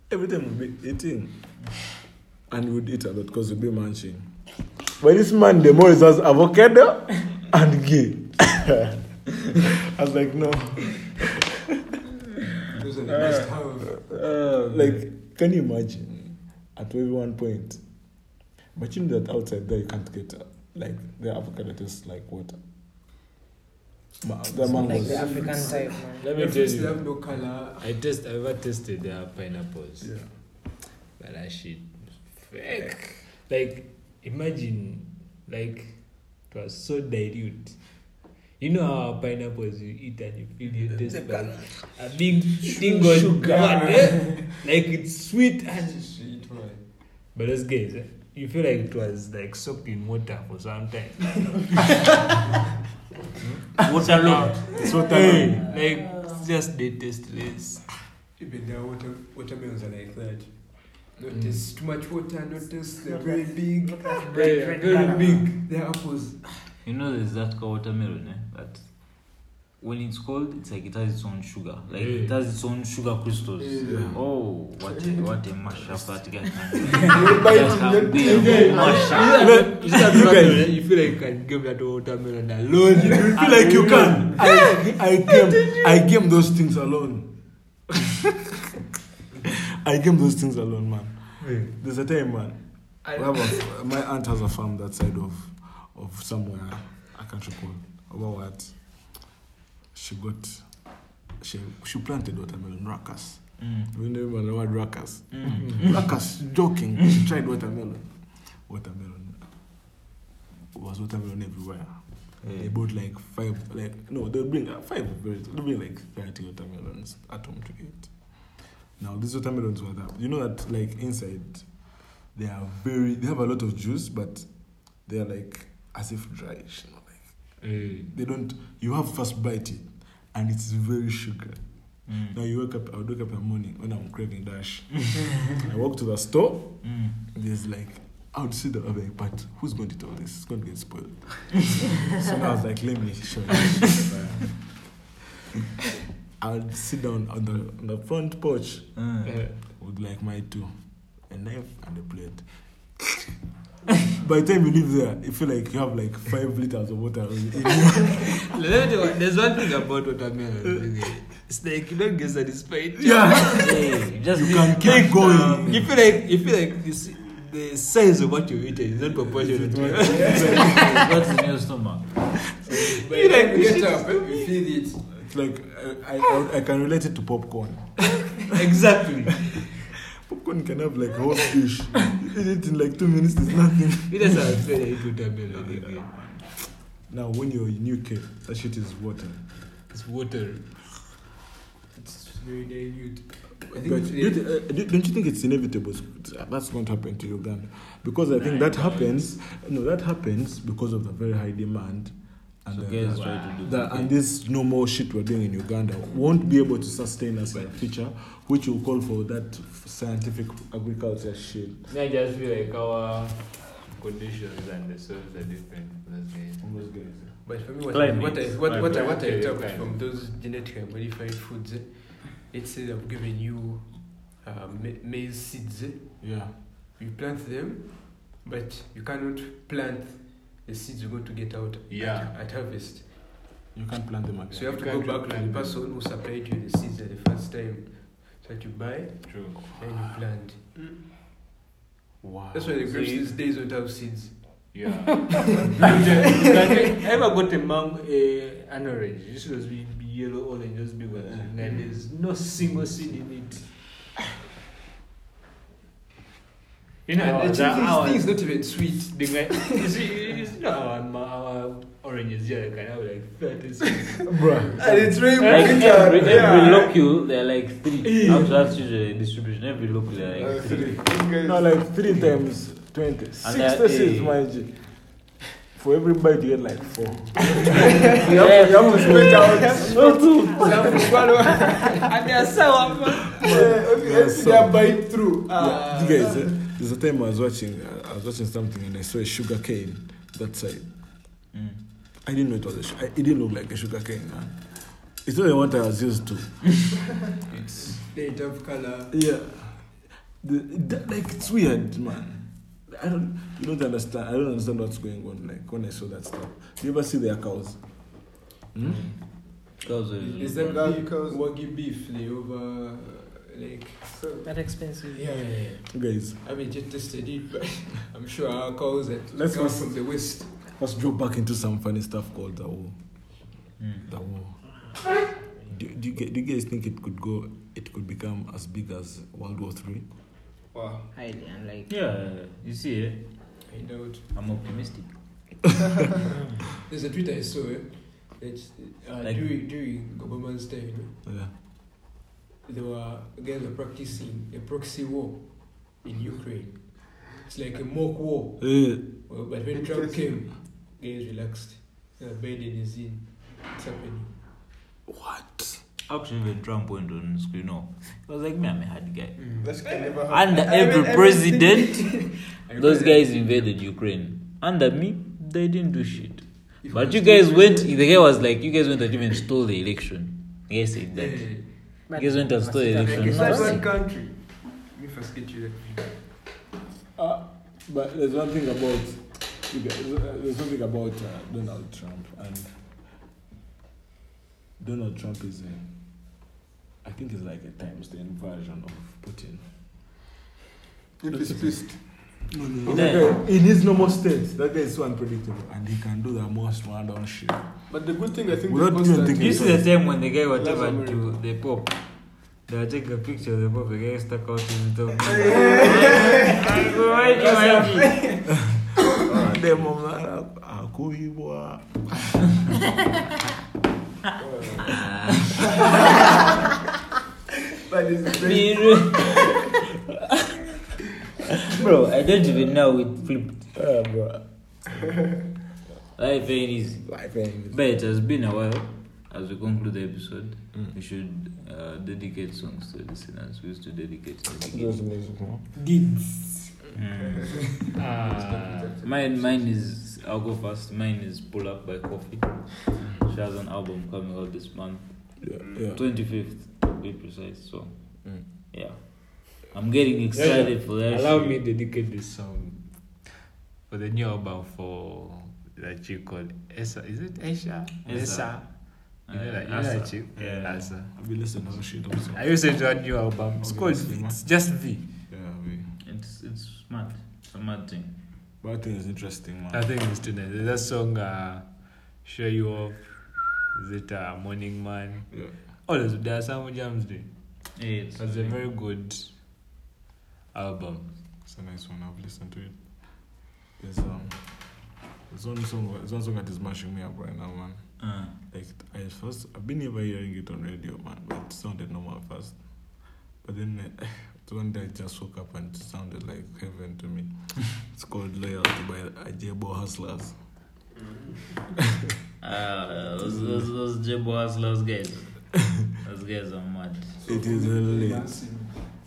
every time we'd be eating. And we'd eat a lot because we'd be munching. But this man, the more he has avocado and ghee. I was like, no. Those are the Uh-uh. best how like, can you imagine at every one point? But you know that outside there you can't get uh, like the avocado tastes like water. Ma- the Like mangoes. the African type, man. Let me tell they have you. no color. I taste. I've ever tasted their pineapples. Yeah. But that shit, fake. Like imagine, like it was so dilute. You know how pineapples you eat and you feel you taste like a big thing on Sugar. God, eh? Like it's sweet and Sweet one. But those guys, eh, you feel like it was like soaked in water for some time. Waterlogged. It's water. Hey, like just they tasteless. Even their water, watermelons are like that. Notice too much water, notice they're very big. Very, very big. They're apples. You know, there's that called watermelon, eh? That when it's cold, it's like it has its own sugar. Like it Yeah. has its own sugar crystals. Yeah. Oh, what a, what a mashup that guy can do. Bite That can be a mashup. You see that watermelon, eh, you feel like you can give that watermelon alone. You feel like you can. I, I game I game those things alone. I game those things alone, man. There's a time, man. I- we have a, my aunt has a farm that side of of somewhere. I can't recall about what. She got. She she planted watermelon ruckus. Mm. We remember the word ruckus. Mm. Ruckus joking. She tried watermelon. Watermelon. Was watermelon everywhere. They Mm, bought like five, like no, they'll bring uh, five. of very- They'll bring like thirty watermelons at home to eat. Now these watermelons were that you know that like inside, they are very. They have a lot of juice, but they are like as if dry. You know, like they don't. You have first bite it, and it's very sugar. Mm. Now you wake up. I would wake up in the morning when I'm craving dash. I walk to the store. Mm. There's like, I would see the other, but who's going to tell this? It's going to get spoiled. so now I was like, let me show you. I would sit down on the, on the front porch Mm. with like my two, a knife and a plate. By the time you leave there, you feel like you have like five liters of water. in you. Let me tell you, there's one thing about watermelon. okay? It's like you don't get satisfied. yeah, Hey, just you leave can it down. keep going. You feel like you feel like you see, the size of what you've eaten is not proportional to you. What's in your stomach? But You you like- get up, eh, you feel it. It's like I, I, I can relate it to popcorn. exactly. Popcorn can have like whole fish. You eat it in like two minutes. It's nothing. It is how I feel like eat watermelon. okay? Now when you're in UK, that shit is water. It's water. It's very dilute. I But think don't, today- you- uh, do- don't you think it's inevitable? That's going to happen to Uganda because I think that happens. No, that happens because of the very high demand. And So the- guys the- try to do the- and this no more shit we're doing in Uganda won't be able to sustain us in the future, which will call for that scientific agriculture shit. I just feel like our conditions and the soils are different from those guys. But for me, what, Climate. what I what, what I what I Climate. took Climate. from those genetically modified foods, eh, let's say they've given you uh, ma- maize seeds. eh, Yeah. You plant them, but you cannot plant the seeds you're going to get out Yeah. at, at harvest. You can't plant them So you have again. to You go can't back to replant the them. person who supplied you the seeds at the first time that you buy True. and you plant. Wow. That's why the grapes these days don't have seeds. Yeah. ever got a mum a an orange? It should just be yellow orange, just big ones. Mm-hmm. And there's no single seed in it. You know, Oh, and It's- it's- that- it's- our- this thing is not even sweet. The guy, you see, you see no, our, ma- our oranges here can have like 30 seeds. And it's very Like bitter. every, every Yeah. locule, there are like three. After that's usually the distribution. Every locule, there are Uh, like three. three. Guys, No, like three times twenty. that Sixty seeds, is- my G. For every bite, you get like four. you have to, you have to spit out. and they are sour. man. Yeah, okay, Yeah, let's see so- their bite through. Yeah, Ah. you guys, eh, there's a time I was watching, uh, I was watching something and I saw a sugar cane that side. Mm. I didn't know it was a. Su- I- it didn't look like a sugar cane, man. It's not the one I was used to. They have color. Uh, Yeah, the, that, like it's weird, man. I don't, you don't understand. I don't understand what's going on. Like when I saw that stuff, you ever see their cows? Hmm? Cows always Is look that that beef, because- wagyu beef flavor? uh, Like, So, That expensive. yeah, yeah, yeah. You guys, I mean, just tested it, but I'm sure our cows that Let's come not- from the west. let's drop back into some funny stuff called uh, the war. The war. Do, do, you, get- do you guys think it could go? It could become as big as World War Three? wow. Highly unlikely. Yeah, you see, eh? I doubt. I'm optimistic. There's a tweet I saw eh, that uh, Like- during, during Obama's time, Yeah. there were guys were practicing a proxy war in Ukraine. It's like a mock war. Eh, Well, but when Trump came, guys relaxed. Uh, Biden is in. It's happening. what? Actually, when Trump went on screen, no, it was like me, I'm a hard guy. That's can never happen. Under I- I every mean, I was thinking- president, those guys invaded Ukraine. Under me, they didn't do shit. If But I'm you still guys went. president- The guy was like, you guys went and even stole the election. Yes, it Yeah, yeah, did. yeah. You guys went and stole the Like, election. Non, it's No, not see. one country. Let me first get you that. Uh, but there's one thing about you guys- uh, there's something about uh, Donald Trump and Donald Trump is a, I think it's like a times ten version of Putin. If it's pissed. Yeah. That guy, in his normal state, that guy is so unpredictable and he can do the most random shit. But the good thing I think We're the not even constant thinking- You is- see the time when the guy That's whatever America. to the Pope, they were taking a picture of the Pope, the guy stuck out his tongue. Ah, Them of that, uh, Akuibwa. But it's Bro, I don't even know it flipped. Uh, bro. Life ain't easy. Life ain't But it has been a while. As we conclude the episode, Mm. we should uh, dedicate songs to the listeners. We used to dedicate. dedicate. Deeds. Mm. Ah. Mine, mine is. I'll go first. Mine is "Pull Up" by Coffee. She has an album coming out this month, Yeah, yeah. twenty fifth to be precise. So, Mm. yeah, I'm getting excited for that. Allow shit. me to dedicate this song for the new album for that chick called Esa. Is it Esha? Esa. Uh, You know that, you know Asa. that chick? Yeah. Asa. I've been listening to her shit also. I listened to her new album. It's Okay, called that's the V. one. It's just V. Yeah, we. It's it's smart. It's a mad thing. But I think it's interesting, man. I think it's too nice. There's that song, uh, Show You Off. Is it uh, Morning Man? Yeah. Oh, there's, there are some jams there. Yeah, it's It's a very good album. It's a nice one. I've listened to it. There's um, there's one song. There's one song that is mashing me up right now, man. Uh, Like I first, I've been never hearing it on radio, man. But it sounded normal at first. But then uh, one day I just woke up and it sounded like heaven to me. it's called Loyalty by Ajebo Hustlers. uh, those those those Jebo hustlers guys. Those guys are mad. It is really.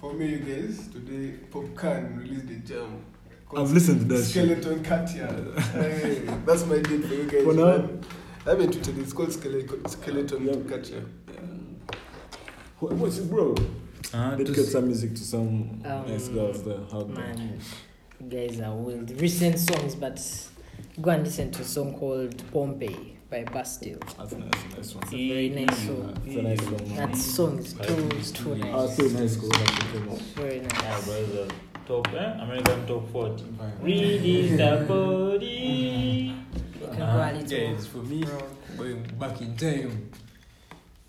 For me, you guys, today Popcorn released the jam. I've listened to that shit. Skeleton Katia. hey, that's my date for you guys. For now? man. I haven't tweeted. It's called Skeleton, skeleton Katia. Wha- What's it, bro? Uh, to Dedicate some music to some Um, nice girls there. How man. Man, you guys are wild. Recent songs, but go and listen to a song called Pompeii by Bastille. That's nice, nice one. It's a very nice song. It's a nice one, man. That song is too, too I was nice. still in high school. when that shit came out. Very Ah, nice. brother. Top, eh? American top 40. Really the body. You can go Ah, a little. Yeah, it's for me. Going back in time,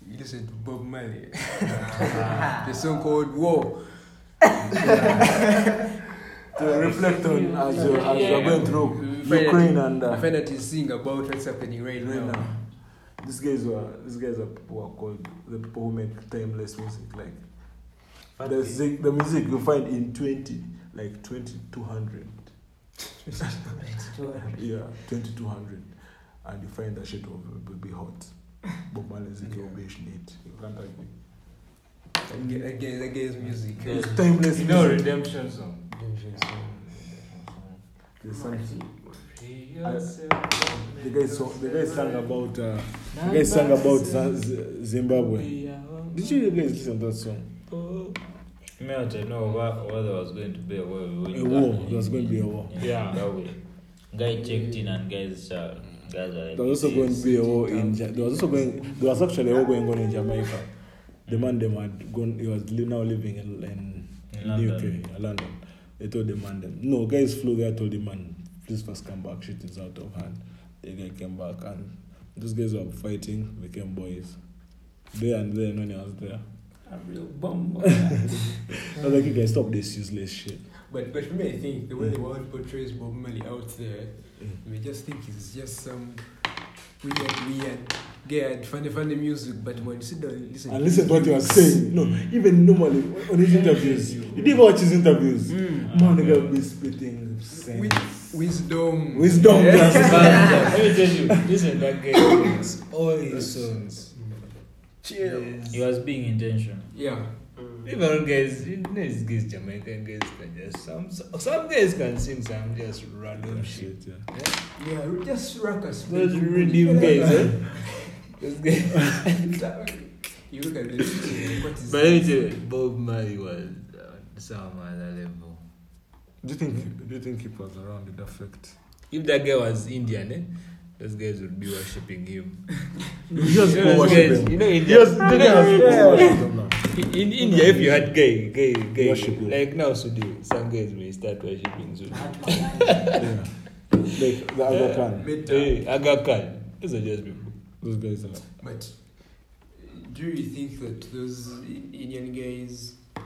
you listen to Bob Marley. the song called War. to reflect on as you're, as you're going through Find Ukraine that- and I uh, find that he's sing about what's happening right right now. now. These guys were these guys are people who are called the people who make timeless music. Like the zi- the music you find in twenty like twenty two hundred. yeah, twenty two hundred, and you find that shit will, will be hot. Bob Marley's yeah. obeys it. You can't argue. Again, again, again music. It's timeless You know music. Redemption song? There's something. The guys, so, the guys sang about uh, the guys sang about Z- Z- Zimbabwe. Did you guys listen to that song? Me, I don't know wha- whether I was going to be a war. we went A war. back There was going to be a war. in Zimbabwe. Guy checked in and guys, uh, guys are like, There was also going to be a war in. Ja- There was also going. There was actually a war going on in Jamaica. The man them had gone. He was li- now living in, in, In London. London. UK, uh, London. They told the man them. No guys flew there. Told the man, please first come back. Shit is out of hand. The guy came back and these guys were fighting. Became boys. There and then when he was there, a real bomb. I was like, you guys stop this useless shit. But but for me, I think the Mm. way the world portrays Bob Marley out there, we just think it's just some weird, weird, weird, funny, funny music. But when you sit down and listen, And listen to what he was saying. No, even normally on his interviews, you did even watch his interviews. Man, the guy would be spitting sense. Wi- wisdom, Wisdom Yeah. plus Let me tell you, this and that guy is all his songs. Chill. he was being intentional. Yeah, Mm. Even guys, you know, these guys, Jamaican guys can just some some guys can sing some just random shit. shit. Yeah. yeah, just ruckus. Those redeem guys, eh? Those guys. You look at this. What is But let me tell you, Bob Marley was uh, on some other level. Do you think? Do you think it was around the effect? If that guy was Indian, eh? Those guys would be worshipping him. Just You know, those guys, you know, India, you know, in, in India, if you had gay, gay, gay, Worship him. like now Sudi, some guys may start worshipping Sudi. yeah. Like the other Khan. Meta. Hey, Aga Khan. Those are just people. Those guys are. But do you think that those I- Indian guys uh,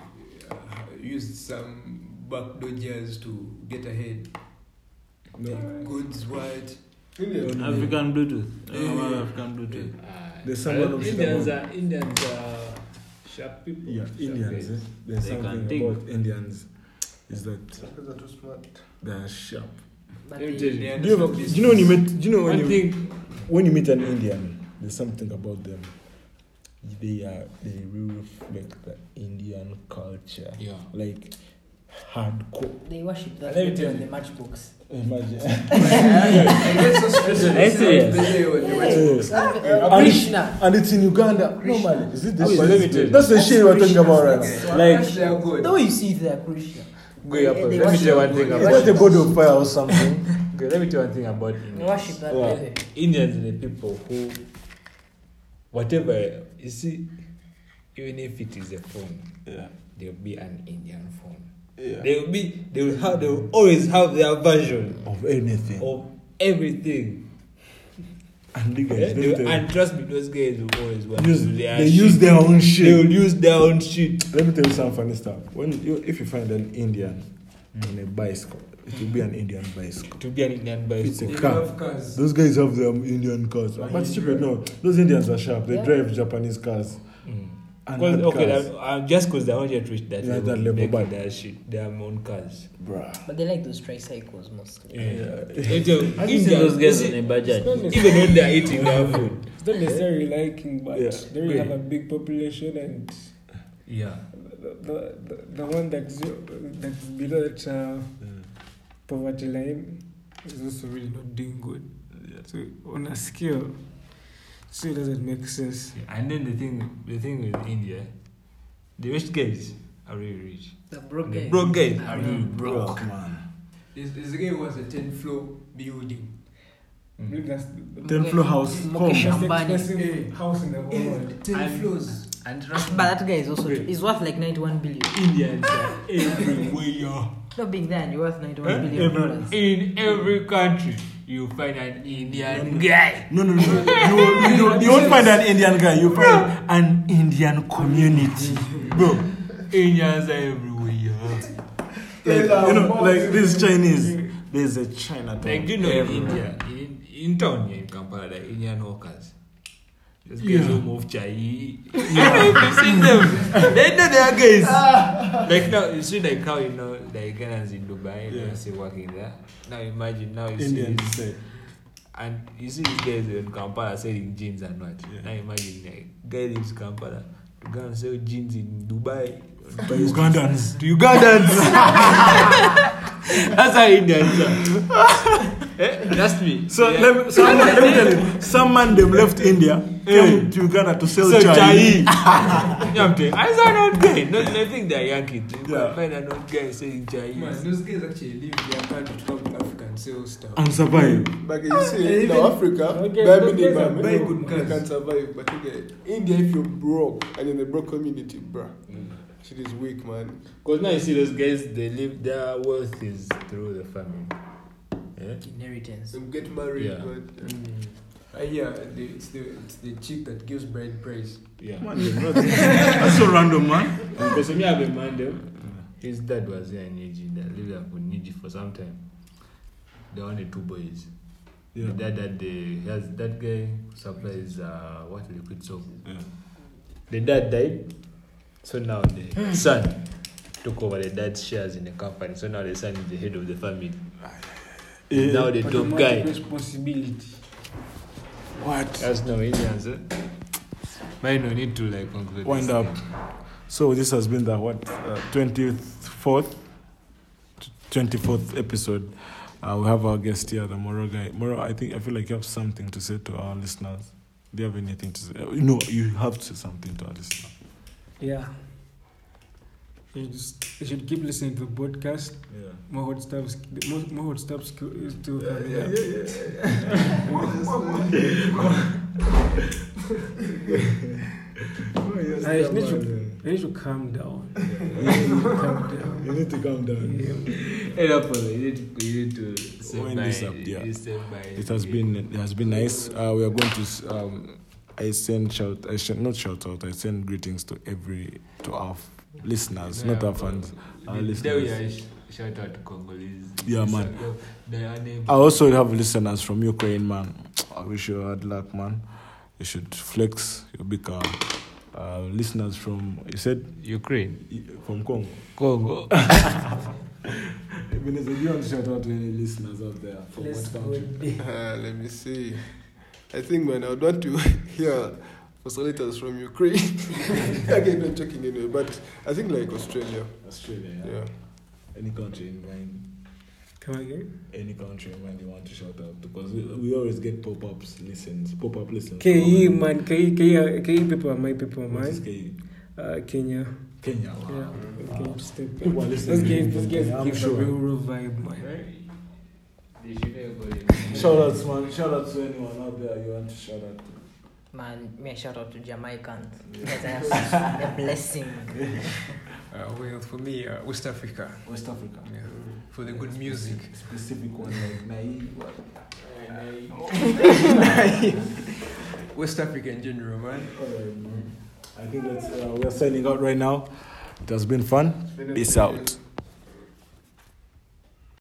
used some backdoor jazz to get ahead? No. God's word. African Bluetooth. I don't know Yeah. about African Bluetooth. uh, There's someone of Indians Shimon. are Indians are sharp people. Yeah, Indians. Eh? There's They can something think. about Indians is that Those are too smart. they're sharp. But Let me the- tell you. Do you, ever, do you know when you meet? Do you know when One you thing, when you meet an Indian? There's something about them. They are they really reflect the Indian culture. yeah, Like hardcore. They worship that Let me God tell in you. the matchbox. Imagine. I get so stressed on Are you this day serious? when they went to- Yes. Uh, Krishna. And it's in Uganda. Normally, is it this? Wait, Oh, let me tell you. That's the shit we're talking about right now. Like, they are good. No, you see they are Krishna. Go up, They- they let me tell you one worship- thing Is that about the god of fire or something? okay, let me tell you one thing about They Indians. worship that Yeah. baby. Indians are the people who whatever you see, even if it is a phone, yeah. there'll be an Indian phone. yeah. They will be they will have they will always have their version Of anything. of everything. And you Yeah, guys, they don't will, tell and trust me, those guys will always want Use- to do their they use their own shit. They will use their own shit. Let me tell you some funny stuff. When you, if you find an Indian on a bicycle, it will be an Indian bicycle. To be an Indian It's a bicycle. car. cars. Those guys have their Indian cars. But stupid, no. Those Indians are sharp. They Yeah. drive Japanese cars. Mm. And Cause, hard okay, cars. that, uh, just because they want you to reach that Yeah, level, that level, they but- their shit, their own cars. Bruh. But they like those tricycles mostly. Yeah. Have you seen those guys on even a budget? when they're eating their food. It's not necessarily liking, but Yeah. they really have a big population and Yeah. the, the, the- the one that's, that's below that uh, poverty line is also really not doing good. So on a scale, so it doesn't make sense. And then the thing, the thing with India, the rich guys are really rich. The broke The guy. broke guys are really Bro, broke. come on. This, this guy was a 10 floor building. Really, that's the- Mm. Ten floor house. Mukesh Come. most Ambani. expensive house in the whole world. 10 I'm- floors. And But trust me, that guy is also Okay. is worth like ninety one billion. Indians are everywhere. Not big then, you're worth ninety one Every- billion dollars. in every country, you find an Indian guy. No, no, no. You, will- you, don't- you won't find an Indian guy. You find an Indian community. Bro. Indians are everywhere. Like, you know, like this Chinese. There's a China. Like you know, in India, in, in town here in Kampala, the Indian workers. Those guys Yeah. who move chai. You've seen them. They know their guys. like now, you see like how you know the Ugandans in Dubai, you Yeah. know, still working there. Now imagine now you Indian see this, say. and you see these guys in Kampala selling jeans and what. Yeah. Now imagine like guy lives Kampala to go and sell jeans in Dubai. By Ugandans. To Ugandans. That's how Indians are. eh, trust me. So They are- let me, so let me tell you, some man them left India came to Uganda to sell So chai. chai. Yeah, I'm telling. I saw an old guy. No, I think they're Yankee. too. You Yeah. can find an old guy saying Man, Chinese. those guys actually leave their country to come to Africa and sell stuff. and survive. But you see, Even- now Africa, Okay, by okay, minimum, okay. you Very good can guys. survive. But okay, India, if you're broke and in a broke community, bruh, shit is weak, man. Because now you see those guys, they live their wealth is through the family. Eh? Yeah. Inheritance. And get married, Yeah. man. Mm, Uh, yeah, the, it's, the, it's the chick that gives bride price. Yeah. Man, they're not- That's so random, man. Because me, I have a man there. His dad was here in Niji. That lived up with Niji for some time. They only two boys. Yeah. The dad that they has that guy who supplies uh, what liquid soap. Yeah. The dad died, so now the son took over the dad's shares in the company. So now the son is the head of the family. Now the top Automatic guy. Responsibility. What? That's no Indians. Eh? Mine no need to like conclude. Wind this up. thing. So this has been the what uh, twenty fourth, twenty fourth episode. Uh, we have our guest here, the Moro guy. Moro, I think I feel like you have something to say to our listeners. Do you have anything to say? Uh, No, you have to say something to our listeners. Yeah. You, just, you should keep listening to the podcast. Yeah. More hot stuff. More, more hot stuff is still coming up. I need to, I need to calm down. calm down. You need to calm down. Yeah. Hey, no problem. You need to. You need to say Wind bye. this up, yeah. You say bye. It has been it has been nice. Uh, we are going to um, I send shout I should not shout out. I send greetings to every to our f- listeners, not bon. our fans. our There we are. listeners. sh- Ah, Shout out to Congolese. Yeah, man. Ah. They are named. I also have listeners from Ukraine, man. I wish you hard luck, man. You should flex your big uh, uh, listeners from you said Ukraine. from Congo. Congo. Ebenezer, do you want to shout out to any listeners out there from Let's what go. country? Uh, let me see. I think, man, I would want to hear oscillators from Ukraine. Again, not joking anyway, but I think like Australia. Australia. Yeah. Any country in mind, Come again? any country in mind you want to shout out because we, we always get pop ups, listens, pop up listens. KE E, man, KE, KE, are- KE E, people are my people, What is man. KE? Uh, Kenya. Kenya. Yeah. Wow. Okay, step. People are listening Those to games, you. those games I'm give sure. a real, real vibe, man. Shout outs, man. Shout out to anyone out there you want to shout out to. Man, me a shout out to Jamaicans. Because I have such a blessing. Uh, well, for me, uh, West Africa. West Africa. Yeah. For the good music. Specific one like Nai. what? West Africa in general, man. Alright, man. I think that's uh, we are signing out right now. It has been fun. Peace out.